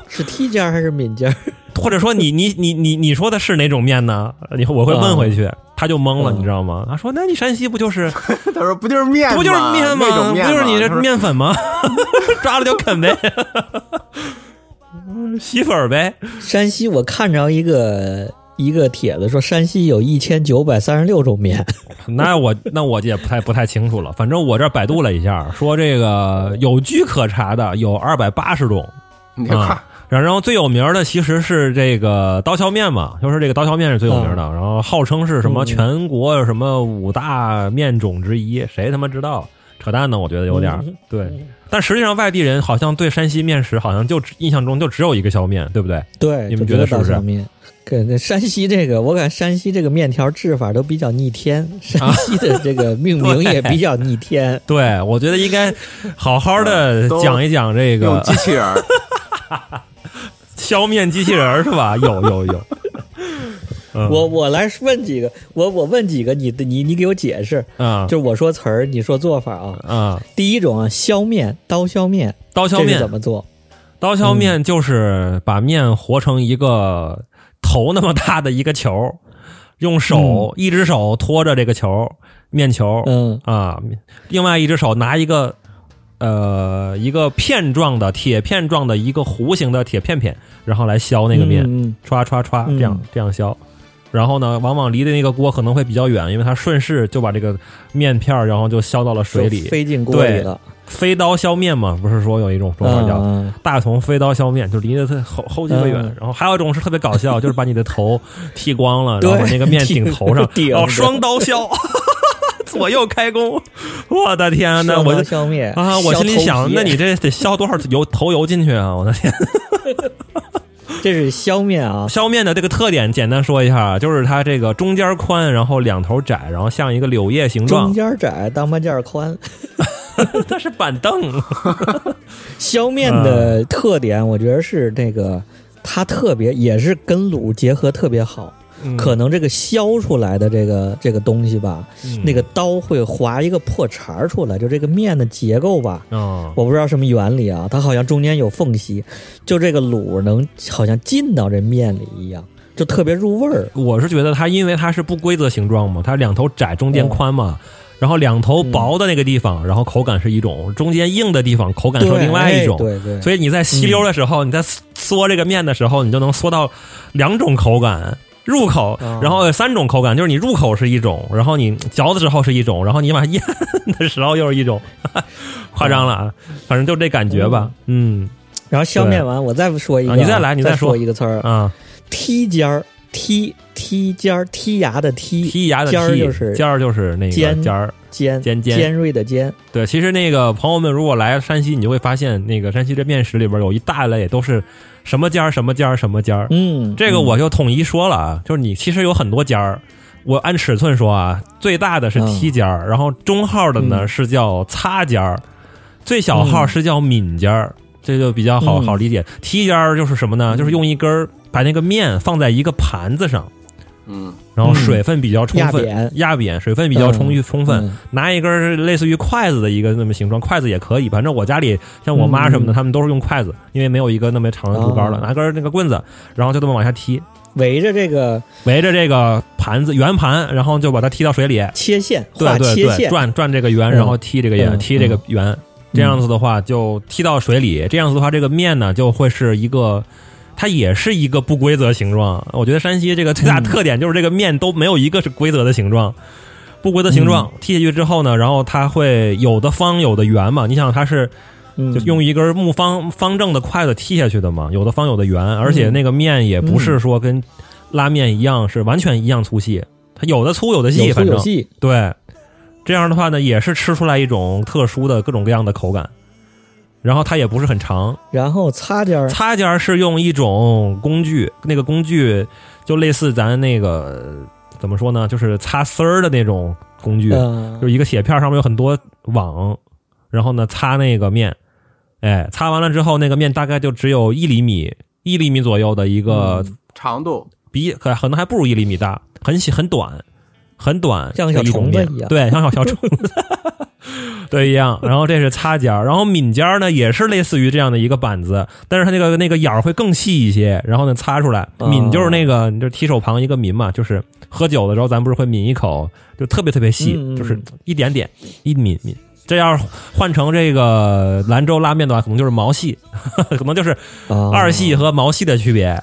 Speaker 2: 是 T 家还是闽家？
Speaker 3: 或者说 你你你你你说的是哪种面呢？你我会问回去，他就懵了，
Speaker 2: 嗯
Speaker 3: 你知道吗？他说：“那你山西不就是
Speaker 4: 他说不就是面吗，
Speaker 3: 这不就是面
Speaker 4: 那种
Speaker 3: 吗？
Speaker 4: 面
Speaker 3: 不就是你这
Speaker 4: 他说
Speaker 3: 面粉 吗？抓了就啃呗，洗粉儿呗。
Speaker 2: 山西，我看着一个一个帖子说，山西有一千九百三十六种面。
Speaker 3: 那我那我也不太不太清楚了，反正我这儿百度了一下，说这个有据可查的有二百八十种，
Speaker 4: 你这块
Speaker 3: 啊然后最有名的其实是这个刀削面嘛，就是这个刀削面是最有名的，然后号称是什么
Speaker 2: 嗯
Speaker 3: 全国什么五大面种之一，谁他妈知道？扯淡呢，我觉得有点儿
Speaker 2: 嗯
Speaker 3: 对。但实际上外地人好像对山西面食好像就只印象中就只有一个削面，对不对？
Speaker 2: 对，
Speaker 3: 你们
Speaker 2: 就
Speaker 3: 觉得
Speaker 2: 只有
Speaker 3: 是不是。
Speaker 2: 刀削面？跟那山西这个，我感觉山西这个面条制法都比较逆天，山西的这个命名也比较逆天
Speaker 3: 对，我觉得应该好好 的
Speaker 4: 都
Speaker 3: 讲一讲这
Speaker 4: 用
Speaker 3: 个
Speaker 4: 机器人儿，
Speaker 3: 削面机器人儿是吧？有有有，嗯
Speaker 2: 我我来问几个，我我问几个，你你你给我解释，
Speaker 3: 啊
Speaker 2: 就是我说词儿，你说做法啊。
Speaker 3: 啊，
Speaker 2: 第一种啊，削面，刀削面，
Speaker 3: 刀削
Speaker 2: 这是
Speaker 3: 面
Speaker 2: 怎，么做？
Speaker 3: 刀削面就是把面和成一个头那么大的一个球，用手一只手托着这个球面球
Speaker 2: 嗯
Speaker 3: 啊，另外一只手拿一个呃一个片状的铁片状的一个弧形的铁片片，然后来削那个面，
Speaker 2: 嗯
Speaker 3: 歘歘歘
Speaker 2: 嗯
Speaker 3: 这样这样削，然后呢，往往离的那个锅可能会比较远，因为它顺势就把这个面片儿，然后就削到了水里
Speaker 2: 就。飞进锅里
Speaker 3: 对
Speaker 2: 了，
Speaker 3: 飞刀削面嘛，不是说有一种说法叫、
Speaker 2: 嗯
Speaker 3: 大同飞刀削面，就离得特后后脊特远。
Speaker 2: 嗯
Speaker 3: 然后还有一种是特别搞笑，就是把你的头剃光了，然后把
Speaker 2: 对
Speaker 3: 那个面顶头上，
Speaker 2: 顶
Speaker 3: 哦，
Speaker 2: 着
Speaker 3: 双刀削，左右开弓。我的天呐，
Speaker 2: 双
Speaker 3: 我
Speaker 2: 刀
Speaker 3: 就
Speaker 2: 消灭
Speaker 3: 啊，我心里想，那你这得削多少油头油进去啊？我的天！
Speaker 2: 这是削面啊，
Speaker 3: 削面的这个特点，简单说一下，就是它这个中间宽，然后两头窄，然后像一个柳叶形
Speaker 2: 中
Speaker 3: 状，
Speaker 2: 间窄，当半件宽。
Speaker 3: 它是板凳。
Speaker 2: 削面
Speaker 3: 嗯
Speaker 2: 的特点，我觉得是这个，它特别也是跟卤结合特别好。
Speaker 3: 嗯
Speaker 2: 可能这个削出来的这个这个东西吧，
Speaker 3: 嗯
Speaker 2: 那个刀会划一个破茬儿出来，就这个面的结构吧，
Speaker 3: 嗯
Speaker 2: 我不知道什么原理啊，它好像中间有缝隙，就这个卤能好像进到这面里一样，就特别入味儿。
Speaker 3: 我是觉得它因为它是不规则形状嘛，它两头窄，中
Speaker 2: 哦
Speaker 3: 间宽嘛，然后两头薄的那个地方，然后口感是一种，中间硬的地方口感是
Speaker 2: 对
Speaker 3: 另外一种。
Speaker 2: 哎对对
Speaker 3: 所以你在吸溜的时候，你在嗦这个面的时候，你就能嗦到两种口感。入口，
Speaker 2: 哦
Speaker 3: 然后有三种口感，就是你入口是一种，然后你嚼的时候是一种，然后你把咽的时候又是一种， 夸张了啊，反正就这感觉吧，嗯
Speaker 2: 然后削面完，我再说一个啊，
Speaker 3: 啊你再来你再
Speaker 2: 再
Speaker 3: 说
Speaker 2: 一个词儿，
Speaker 3: 啊，
Speaker 2: 剔尖儿，剔剔尖儿，剔牙的剔，
Speaker 3: 剔牙的
Speaker 2: 尖儿
Speaker 3: 剔，
Speaker 2: 就是
Speaker 3: 尖儿就是那个
Speaker 2: 尖
Speaker 3: 尖儿，
Speaker 2: 尖
Speaker 3: 尖尖
Speaker 2: 尖锐的尖，
Speaker 3: 对，其实那个朋友们如果来山西，你就会发现那个山西这面食里边有一大类都是什么尖儿、什么尖儿、什么尖儿。
Speaker 2: 嗯，
Speaker 3: 这个我就统一说了啊，就是你其实有很多尖儿。我按尺寸说啊，最大的是梯尖儿，然后中号的呢
Speaker 2: 嗯
Speaker 3: 是叫擦尖儿，最小号是叫抿尖儿，这就比较好
Speaker 2: 嗯
Speaker 3: 好理解。梯尖儿就是什么呢？就是用一根儿把那个面放在一个盘子上，
Speaker 4: 嗯，
Speaker 3: 然后水分比较充分，
Speaker 2: 压扁
Speaker 3: 压扁，水分比较充裕、充分，
Speaker 2: 嗯
Speaker 3: 拿一根儿类似于筷子的一个那么形状，筷子也可以。反正我家里像我妈什么的，
Speaker 2: 嗯
Speaker 3: 他们都是用筷子，因为没有一个那么长的竹竿了，
Speaker 2: 哦
Speaker 3: 拿根儿那个棍子，然后就这么往下踢，
Speaker 2: 围着这个
Speaker 3: 围着这个盘子圆盘，然后就把它踢到水里，
Speaker 2: 切线
Speaker 3: 对
Speaker 2: 画
Speaker 3: 对
Speaker 2: 切
Speaker 3: 对，
Speaker 2: 线，
Speaker 3: 转转这个圆，
Speaker 2: 嗯
Speaker 3: 然后踢这个圆，
Speaker 2: 嗯
Speaker 3: 踢这个圆，这样子的话就踢到水里，这样子的话这个面呢就会是一个。它也是一个不规则形状，我觉得山西这个最
Speaker 2: 嗯
Speaker 3: 大特点就是这个面都没有一个是规则的形状，不规则形状
Speaker 2: 嗯
Speaker 3: 踢下去之后呢，然后它会有的方有的圆嘛，你想它是
Speaker 2: 嗯
Speaker 3: 就用一根木方方正的筷子踢下去的嘛，有的方有的圆，而
Speaker 2: 嗯
Speaker 3: 且那个面也不是说跟拉面一样是完全一样粗细，它有的粗有的细，
Speaker 2: 有粗
Speaker 3: 反正
Speaker 2: 有细，
Speaker 3: 对，这样的话呢也是吃出来一种特殊的各种各样的口感。然后它也不是很长，
Speaker 2: 然后擦尖儿，
Speaker 3: 擦尖儿是用一种工具，那个工具就类似咱那个怎么说呢，就是擦丝儿的那种工具，
Speaker 2: 嗯
Speaker 3: 就是一个铁片儿上面有很多网，然后呢擦那个面，哎，擦完了之后那个面大概就只有一厘米，一厘米左右的一个
Speaker 4: 长度
Speaker 3: 比可可能还不如一厘米大，很细很短，很短，
Speaker 2: 像小虫子
Speaker 3: 一种面
Speaker 2: 一样
Speaker 3: 对，像小小虫子， 对一样。然后这是擦尖儿，然后抿尖儿呢也是类似于这样的一个板子，但是它那个那个眼儿会更细一些，然后呢擦出来，
Speaker 2: 哦
Speaker 3: 抿就是那个就是提手旁一个抿嘛，就是喝酒的时候咱不是会抿一口，就特别特别细，
Speaker 2: 嗯嗯
Speaker 3: 就是一点点一抿抿。这要是换成这个兰州拉面的话，可能就是毛细， 可能就是
Speaker 2: 啊
Speaker 3: 二细和毛细的区别。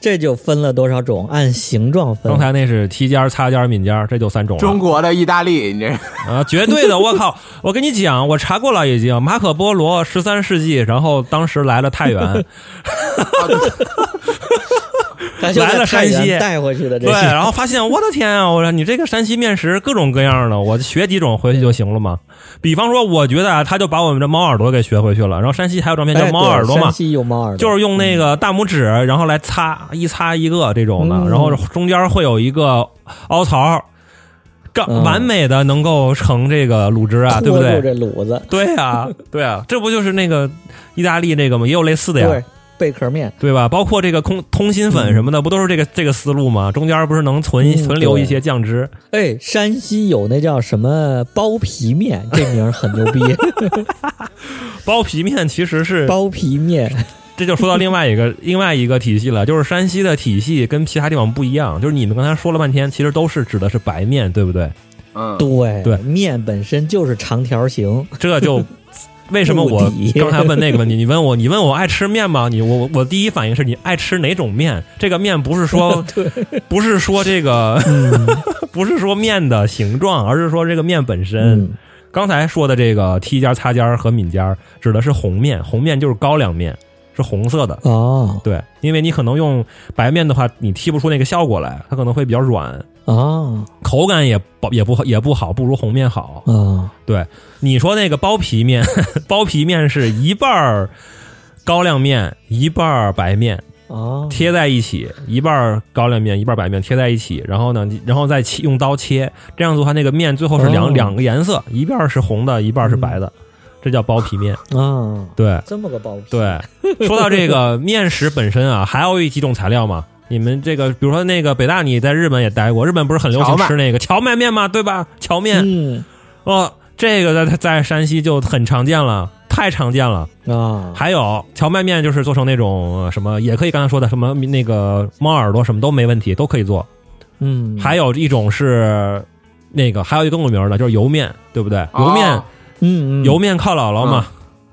Speaker 2: 这就分了多少种，按形状分
Speaker 3: 刚。才那是踢尖儿、擦尖儿、抿尖儿，这就三种了。
Speaker 4: 中国的意大利，你这
Speaker 3: 啊，绝对的！我靠， 我跟你讲，我查过了，已经马可波罗十三世纪，然后当时来了 太原，
Speaker 2: 咱就
Speaker 3: 来了
Speaker 2: 在太
Speaker 3: 山
Speaker 2: 原
Speaker 3: 西
Speaker 2: 带回去的这
Speaker 3: 对，
Speaker 2: 些，
Speaker 3: 然后发现我的天啊！我说你这个山西面食各种各样的，我学几种回去就行了嘛。比方说，我觉得啊，他就把我们这猫耳朵给学回去了。然后山西还有张面叫
Speaker 2: 哎
Speaker 3: 猫
Speaker 2: 对
Speaker 3: 耳朵嘛
Speaker 2: 山，西有猫耳朵，
Speaker 3: 就是用那个大拇指，然后来擦一擦一个这种的，
Speaker 2: 嗯
Speaker 3: 然后中间会有一个凹槽，刚
Speaker 2: 嗯
Speaker 3: 完美的能够成这个卤汁啊，对不
Speaker 2: 拖住
Speaker 3: 对？
Speaker 2: 这卤子，
Speaker 3: 对啊，对啊，这不就是那个意大利那个吗？也有类似的呀，
Speaker 2: 对，贝壳面，
Speaker 3: 对吧？包括这个空通心粉什么的，不都是这个这个思路吗？中间不是能存一
Speaker 2: 嗯
Speaker 3: 存留
Speaker 2: 对
Speaker 3: 一些酱汁？
Speaker 2: 哎，山西有那叫什么包皮面，这名儿很牛 逼，
Speaker 3: 包皮面其实是
Speaker 2: 包皮面，
Speaker 3: 这就说到另外一 个另外一个体系了，就是山西的体系跟其他地方不一样。就是你们刚才说了半天，其实都是指的是白面，对不对？
Speaker 4: 嗯，
Speaker 2: 对
Speaker 3: 对
Speaker 2: 面本身就是长条形，
Speaker 3: 这就为什么我
Speaker 2: 目的
Speaker 3: 刚才问那个问题？你问我，你问我爱吃面吗？你我我我第一反应是你爱吃哪种面？这个面不是 说不是说这个不是说面的形状，而是说这个面本身。
Speaker 2: 嗯
Speaker 3: 刚才说的这个梯尖、擦尖儿和抿尖儿指的是红面，红面就是高粱面，是红色的。
Speaker 2: 哦
Speaker 3: 对，因为你可能用白面的话，你踢不出那个效果来，它可能会比较软，
Speaker 2: 哦
Speaker 3: 口感也不也不也不好，不如红面好。
Speaker 2: 哦，
Speaker 3: 对，你说那个包皮面， 包皮面是一半儿高粱面，一半儿白面
Speaker 2: 哦，
Speaker 3: 贴在一起，一半儿高粱面，一半儿白面贴在一起，然后呢，你然后再切用刀切，这样做的话，那个面最后是两、
Speaker 2: 哦
Speaker 3: 两个颜色，一半儿是红的，一半儿是白的，这叫包皮面。
Speaker 2: 啊，
Speaker 3: 对
Speaker 2: 这么个包皮，
Speaker 3: 对， 说到这个面食本身啊，还有一几种材料嘛。你们这个，比如说那个北大，你在日本也待过，日本不是很流行
Speaker 4: 荞麦
Speaker 3: 吃那个荞麦面嘛，对吧？荞面，
Speaker 2: 嗯
Speaker 3: 哦，这个在在山西就很常见了，太常见了。
Speaker 2: 啊，
Speaker 3: 还有荞麦面，就是做成那种呃什么，也可以刚才说的什么那个猫耳朵什么都没问题，都可以做。
Speaker 2: 嗯，
Speaker 3: 还有一种是那个，还有一个更有名的就是油面，对不对？油面、
Speaker 4: 哦
Speaker 2: 嗯嗯嗯哎
Speaker 3: 油面靠姥姥嘛，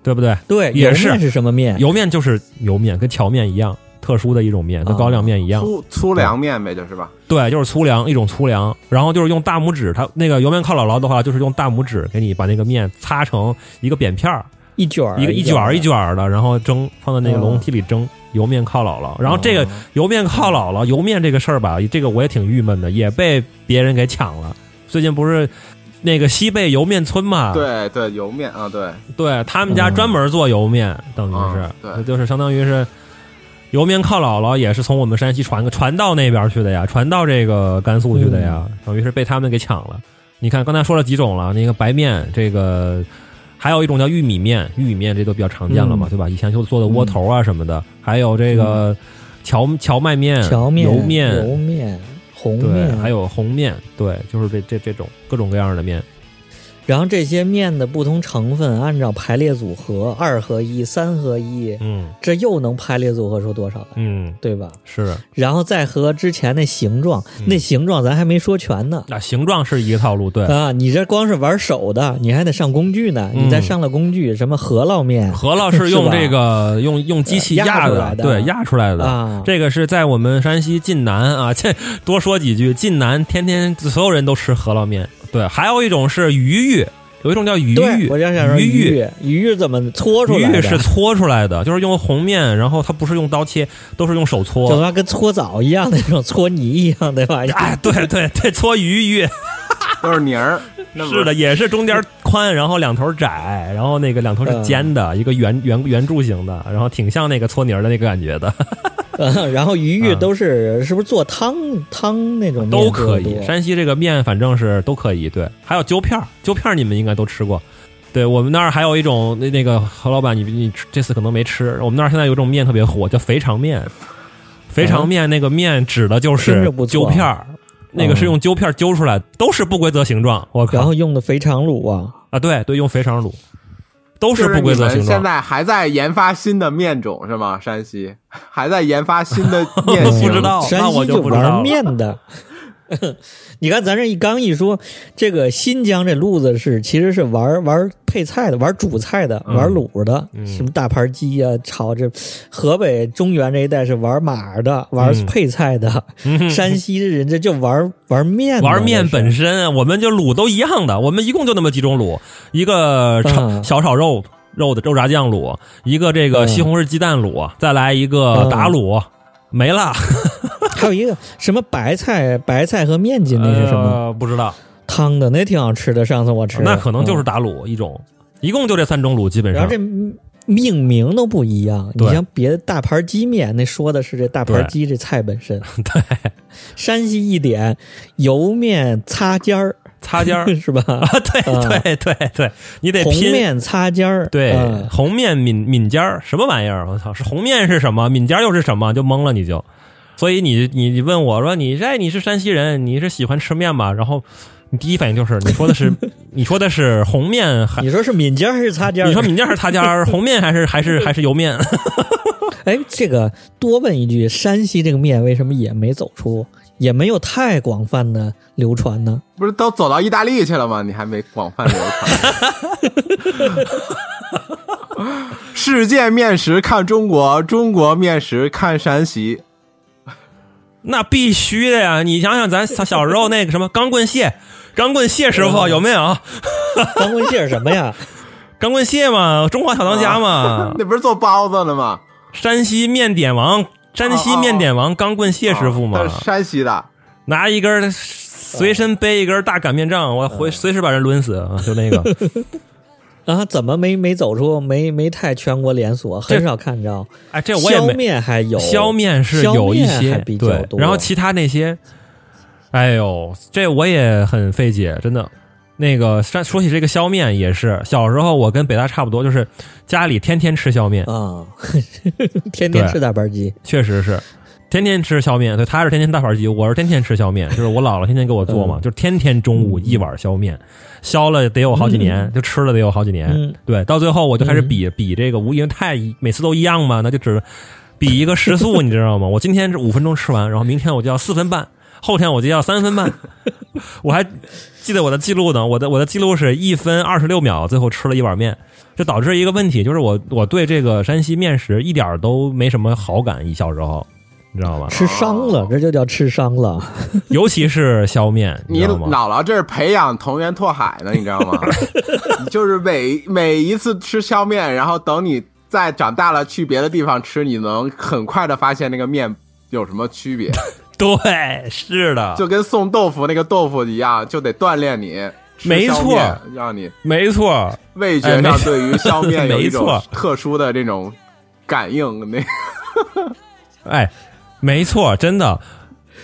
Speaker 3: 对不对？
Speaker 2: 对
Speaker 3: 也
Speaker 2: 油
Speaker 3: 是
Speaker 2: 面是什么面？
Speaker 3: 油面就是油面，跟荞面一样，特殊的一种面，跟
Speaker 2: 啊
Speaker 3: 高粱面一样。
Speaker 4: 粗粗粮面呗，就是吧？
Speaker 3: 对，就是粗粮，一种粗粮，然后就是用大拇指，它那个油面靠姥姥的话，就是用大拇指给你把那个面擦成一个扁片儿，
Speaker 2: 一卷儿
Speaker 3: 一个一卷儿一卷儿的，然后蒸，放到那个
Speaker 2: 哦
Speaker 3: 笼屉里蒸。油面靠姥姥，然后这个
Speaker 2: 哦
Speaker 3: 油面靠姥姥，油面这个事儿吧，这个我也挺郁闷的，也被别人给抢了。最近不是那个西贝油面村嘛，
Speaker 4: 对对，油面啊，对，
Speaker 3: 对他们家
Speaker 2: 嗯
Speaker 3: 专门做油面，等于
Speaker 4: 嗯对
Speaker 3: 是，就是相当于是油面靠姥姥也是从我们山西传个传到那边去的呀，传到这个甘肃去的呀，等于是被他们给抢了。你看刚才说了几种了，那个白面，这个还有一种叫玉米面，玉米面这都比较常见了嘛，
Speaker 2: 嗯
Speaker 3: 对吧？以前就做的窝头啊什么的，还有这个荞荞麦面、
Speaker 2: 荞面、
Speaker 3: 嗯油
Speaker 2: 油
Speaker 3: 面，
Speaker 2: 面、红
Speaker 3: 对，
Speaker 2: 面，
Speaker 3: 还有红面，对，就是这这这种各种各样的面。
Speaker 2: 然后这些面的不同成分按照排列组合，二合一、三合一，
Speaker 3: 嗯
Speaker 2: 这又能排列组合出多少来，
Speaker 3: 嗯，
Speaker 2: 对吧？
Speaker 3: 是。
Speaker 2: 然后再和之前那形状，
Speaker 3: 嗯
Speaker 2: 那形状咱还没说全呢。
Speaker 3: 那、形状是一个套路，对，
Speaker 2: 啊，你这光是玩手的，你还得上工具呢。
Speaker 3: 嗯
Speaker 2: 你再上了工具，什么饸饹面
Speaker 3: 饸饹是用
Speaker 2: 是吧
Speaker 3: 这个用用机器
Speaker 2: 呃压
Speaker 3: 压
Speaker 2: 出
Speaker 3: 的
Speaker 2: 来，的
Speaker 3: 对，压出来的。
Speaker 2: 啊，
Speaker 3: 这个是在我们山西晋南啊， 这多说几句，晋南天天所有人都吃饸饹面。对，还有一种是鱼玉，有一种叫鱼
Speaker 2: 对
Speaker 3: 玉，
Speaker 2: 我就想说
Speaker 3: 鱼
Speaker 2: 鱼
Speaker 3: 玉。
Speaker 2: 玉，鱼玉怎么搓出
Speaker 3: 鱼
Speaker 2: 来的？
Speaker 3: 玉是搓出来的，就是用红面，然后它不是用刀切，都是用手
Speaker 2: 就他
Speaker 3: 搓。
Speaker 2: 妈跟搓澡一样的那种搓泥一样，对吧？
Speaker 3: 哎，对对对， 搓鱼玉
Speaker 4: 都是 泥儿。那不
Speaker 3: 是的，，也是中间宽，然后两头窄，然后那个两头
Speaker 2: 嗯
Speaker 3: 是尖的，一个圆圆圆柱形的，然后挺像那个搓泥儿的那个感觉的。
Speaker 2: 嗯然后鱼玉
Speaker 3: 嗯
Speaker 2: 都是、是不是做汤汤那种面
Speaker 3: 都
Speaker 2: 做
Speaker 3: 可
Speaker 2: 得多
Speaker 3: 以。山西这个面反正是都可以，对，还有揪片儿，揪片儿你们应该都吃过。对我们那儿还有一种那那个何老板，你你吃这次可能没吃。我们那儿现在有一种面特别火，叫肥肠面。肥肠面那个面指的就
Speaker 2: 听
Speaker 3: 是
Speaker 2: 着不错
Speaker 3: 揪片儿，那个是用揪片儿揪出来，都是不规则形状。我
Speaker 2: 然
Speaker 3: 靠
Speaker 2: 后用的肥肠卤啊，
Speaker 3: 啊，对对，用肥肠卤，都
Speaker 4: 就是是
Speaker 3: 不
Speaker 4: 你
Speaker 3: 规则
Speaker 4: 们
Speaker 3: 形
Speaker 4: 现
Speaker 3: 状。
Speaker 4: 在还在研发新的面种是吗？山西还在研发新 的面
Speaker 3: 不
Speaker 4: 型，
Speaker 3: 知道
Speaker 2: 哎山
Speaker 3: 那我
Speaker 2: 西
Speaker 3: 就不知道了
Speaker 2: 玩面的。 你看咱这一刚一说，这个新疆这路子是其实是玩玩配菜的，玩主菜的，
Speaker 3: 嗯
Speaker 2: 玩卤的，
Speaker 3: 嗯
Speaker 2: 什么大盘鸡呀、炒这。河北中原这一带是玩码的，玩
Speaker 3: 嗯
Speaker 2: 配菜 的。
Speaker 3: 嗯
Speaker 2: 山西人家就玩玩面的，
Speaker 3: 玩面
Speaker 2: 这是
Speaker 3: 本身，啊我们就卤都一样的，我们一共就那么几种卤，一个炒、
Speaker 2: 嗯
Speaker 3: 小炒肉肉的肉炸酱卤，一个这个
Speaker 2: 嗯
Speaker 3: 西红柿鸡蛋卤，再来一个打卤，没了。
Speaker 2: 还有一个什么白菜，白菜和面筋那是什么、
Speaker 3: 呃？不知道，
Speaker 2: 汤的？那挺好吃的，上次我吃。
Speaker 3: 那可能就
Speaker 2: 嗯
Speaker 3: 是打卤一种，一共就这三种卤，基本
Speaker 2: 然
Speaker 3: 上
Speaker 2: 后这命名都不一样，你
Speaker 3: 对
Speaker 2: 像别的大盘鸡面，那说的是这大盘鸡这菜本 身。
Speaker 3: 对，
Speaker 2: 山西一点油面擦尖儿，
Speaker 3: 擦尖儿
Speaker 2: 是吧？
Speaker 3: 啊，对对对对，你得
Speaker 2: 嗯红
Speaker 3: 拼。
Speaker 2: 面擦尖儿，
Speaker 3: 对，
Speaker 2: 嗯
Speaker 3: 红面抿抿尖儿什么玩意儿？我操，是红面是什么？抿尖儿又是什么？就懵了你就。所以你你你问我说你哎你是山西人，你是喜欢吃面吗？然后你第一反应就是你说的 是你说的是红面还
Speaker 2: 你说是抿尖儿还是擦尖儿？
Speaker 3: 你说抿尖儿还是擦尖儿，红面还是还是还是油面？
Speaker 2: 哎，这个多问一句，山西这个面为什么也没走出，也没有太广泛的流传 呢？
Speaker 4: 不是都走到意大利去了吗？你还没广泛流传。 世界面食看中国，中国面食看山西。
Speaker 3: 那必须的呀！你想想咱小小时候那个什么钢棍蟹，钢棍蟹师
Speaker 2: 嗯
Speaker 3: 傅有没有？
Speaker 2: 张文蟹是什么呀？
Speaker 3: 钢棍蟹嘛，中华小当家
Speaker 2: 嗯
Speaker 3: 嘛，
Speaker 4: 那不是做包子的吗？
Speaker 3: 山西面点王，山
Speaker 2: 哦
Speaker 3: 西面点王钢棍蟹师傅嘛，
Speaker 4: 他是山西的。
Speaker 3: 拿一根儿随身背一根儿大擀面杖，我回随时把人抡死啊！就那个，
Speaker 2: 啊，怎么没没走出没没太全国连锁，很少看着。
Speaker 3: 哎，这我也
Speaker 2: 削
Speaker 3: 没
Speaker 2: 面还有
Speaker 3: 削面哦是有一
Speaker 2: 削面
Speaker 3: 些
Speaker 2: 还比较
Speaker 3: 对，
Speaker 2: 多
Speaker 3: 然后其他那些，哎呦，这我也很费解，真的。那个说说起这个削面也是，小时候我跟北大差不多，就是家里天天吃削面，
Speaker 2: 啊，天天
Speaker 3: 对
Speaker 2: 吃大盘鸡，
Speaker 3: 确实是天天吃削面。对，他是天天大盘鸡，我是天天吃削面，就是我姥姥天天给我做
Speaker 2: 嗯
Speaker 3: 嘛，就是天天中午一碗削面，削了得有好几年，就吃了得有好几年。
Speaker 2: 嗯？
Speaker 3: 对，到最后我就开始比、比这个无，因为太一每次都一样嘛，那就只比一个时速，你知道吗？我今天是五分钟吃完，然后明天我就要四分半，后天我就要三分半。我还记得我的记录呢，我的我的记录是一分二十六秒，最后吃了一碗面，这导致一个问题，就是我我对这个山西面食一点儿都没什么好感，一小时候。你知道吗
Speaker 2: 吃伤了，这就叫吃伤了。
Speaker 3: 尤其是削面，
Speaker 4: 你
Speaker 3: 知道吗？
Speaker 4: 姥姥这是培养同源拓海呢，你知道 吗？你就是每每一次吃削面，然后等你再长大了去别的地方吃，你能很快的发现那个面有什么区 别，
Speaker 3: 对，是的，
Speaker 4: 就跟送豆腐那个豆腐一样，就得锻炼你。吃
Speaker 3: 没
Speaker 4: 削
Speaker 3: 错
Speaker 4: 面，让你
Speaker 3: 没错，
Speaker 4: 味
Speaker 3: 哎
Speaker 4: 觉
Speaker 3: 没
Speaker 4: 上对于削面有一
Speaker 3: 没
Speaker 4: 种
Speaker 3: 错
Speaker 4: 特殊的这种感应。那
Speaker 3: 哎，没错，真的。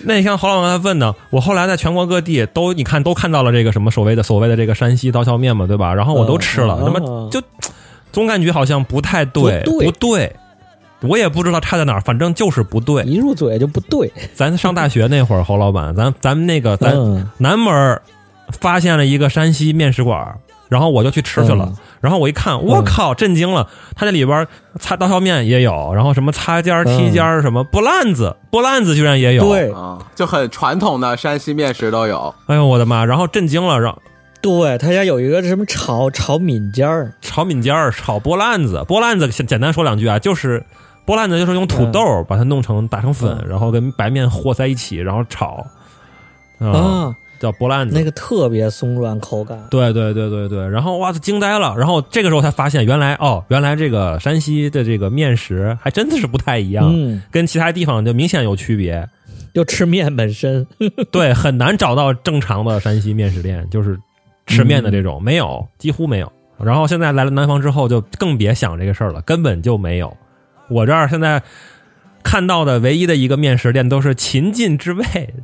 Speaker 3: 那像侯老刚才问呢，我后来在全国各地都你看都看到了这个什么所谓的所谓的这个山西刀削面嘛，对吧？然后我都吃了，
Speaker 2: 嗯
Speaker 3: 那么
Speaker 2: 嗯
Speaker 3: 就总感觉好像不太对，
Speaker 2: 不对
Speaker 3: 我也不知道差在哪儿，反正就是不对。
Speaker 2: 一入嘴就不对，
Speaker 3: 咱上大学那会儿，侯老板，咱咱们那个咱
Speaker 2: 嗯
Speaker 3: 南门儿发现了一个山西面食馆儿，然后我就去吃去了。
Speaker 2: 嗯
Speaker 3: 然后我一看，我靠，震惊了！他那里边儿擦刀削面也有，然后什么擦尖
Speaker 2: 嗯
Speaker 3: 儿、踢尖儿，什么拨烂子，拨烂子居然也有。，
Speaker 2: 对
Speaker 4: 啊，就很传统的山西面食都有。
Speaker 3: 哎呦我的妈！然后震惊了，让
Speaker 2: 对，他家有一个什么炒炒敏尖儿，
Speaker 3: 炒敏尖儿、炒拨烂子，拨烂子简简单说两句啊，就是拨烂子就是用土豆儿把它弄成打成粉，
Speaker 2: 嗯
Speaker 3: 然后跟白面和在一起，然后炒，嗯、
Speaker 2: 啊，
Speaker 3: 叫拨烂子。
Speaker 2: 那个特别松软口感。
Speaker 3: 对对对对对，然后哇，惊呆了。然后这个时候才发现，原来哦，原来这个山西的这个面食还真的是不太一样，
Speaker 2: 嗯，
Speaker 3: 跟其他地方就明显有区别。
Speaker 2: 就吃面本身，
Speaker 3: 对，很难找到正常的山西面食店，就是吃面的这种、没有，几乎没有。然后现在来了南方之后，就更别想这个事儿了，根本就没有。我这儿现在看到的唯一的一个面食店都是秦晋之味，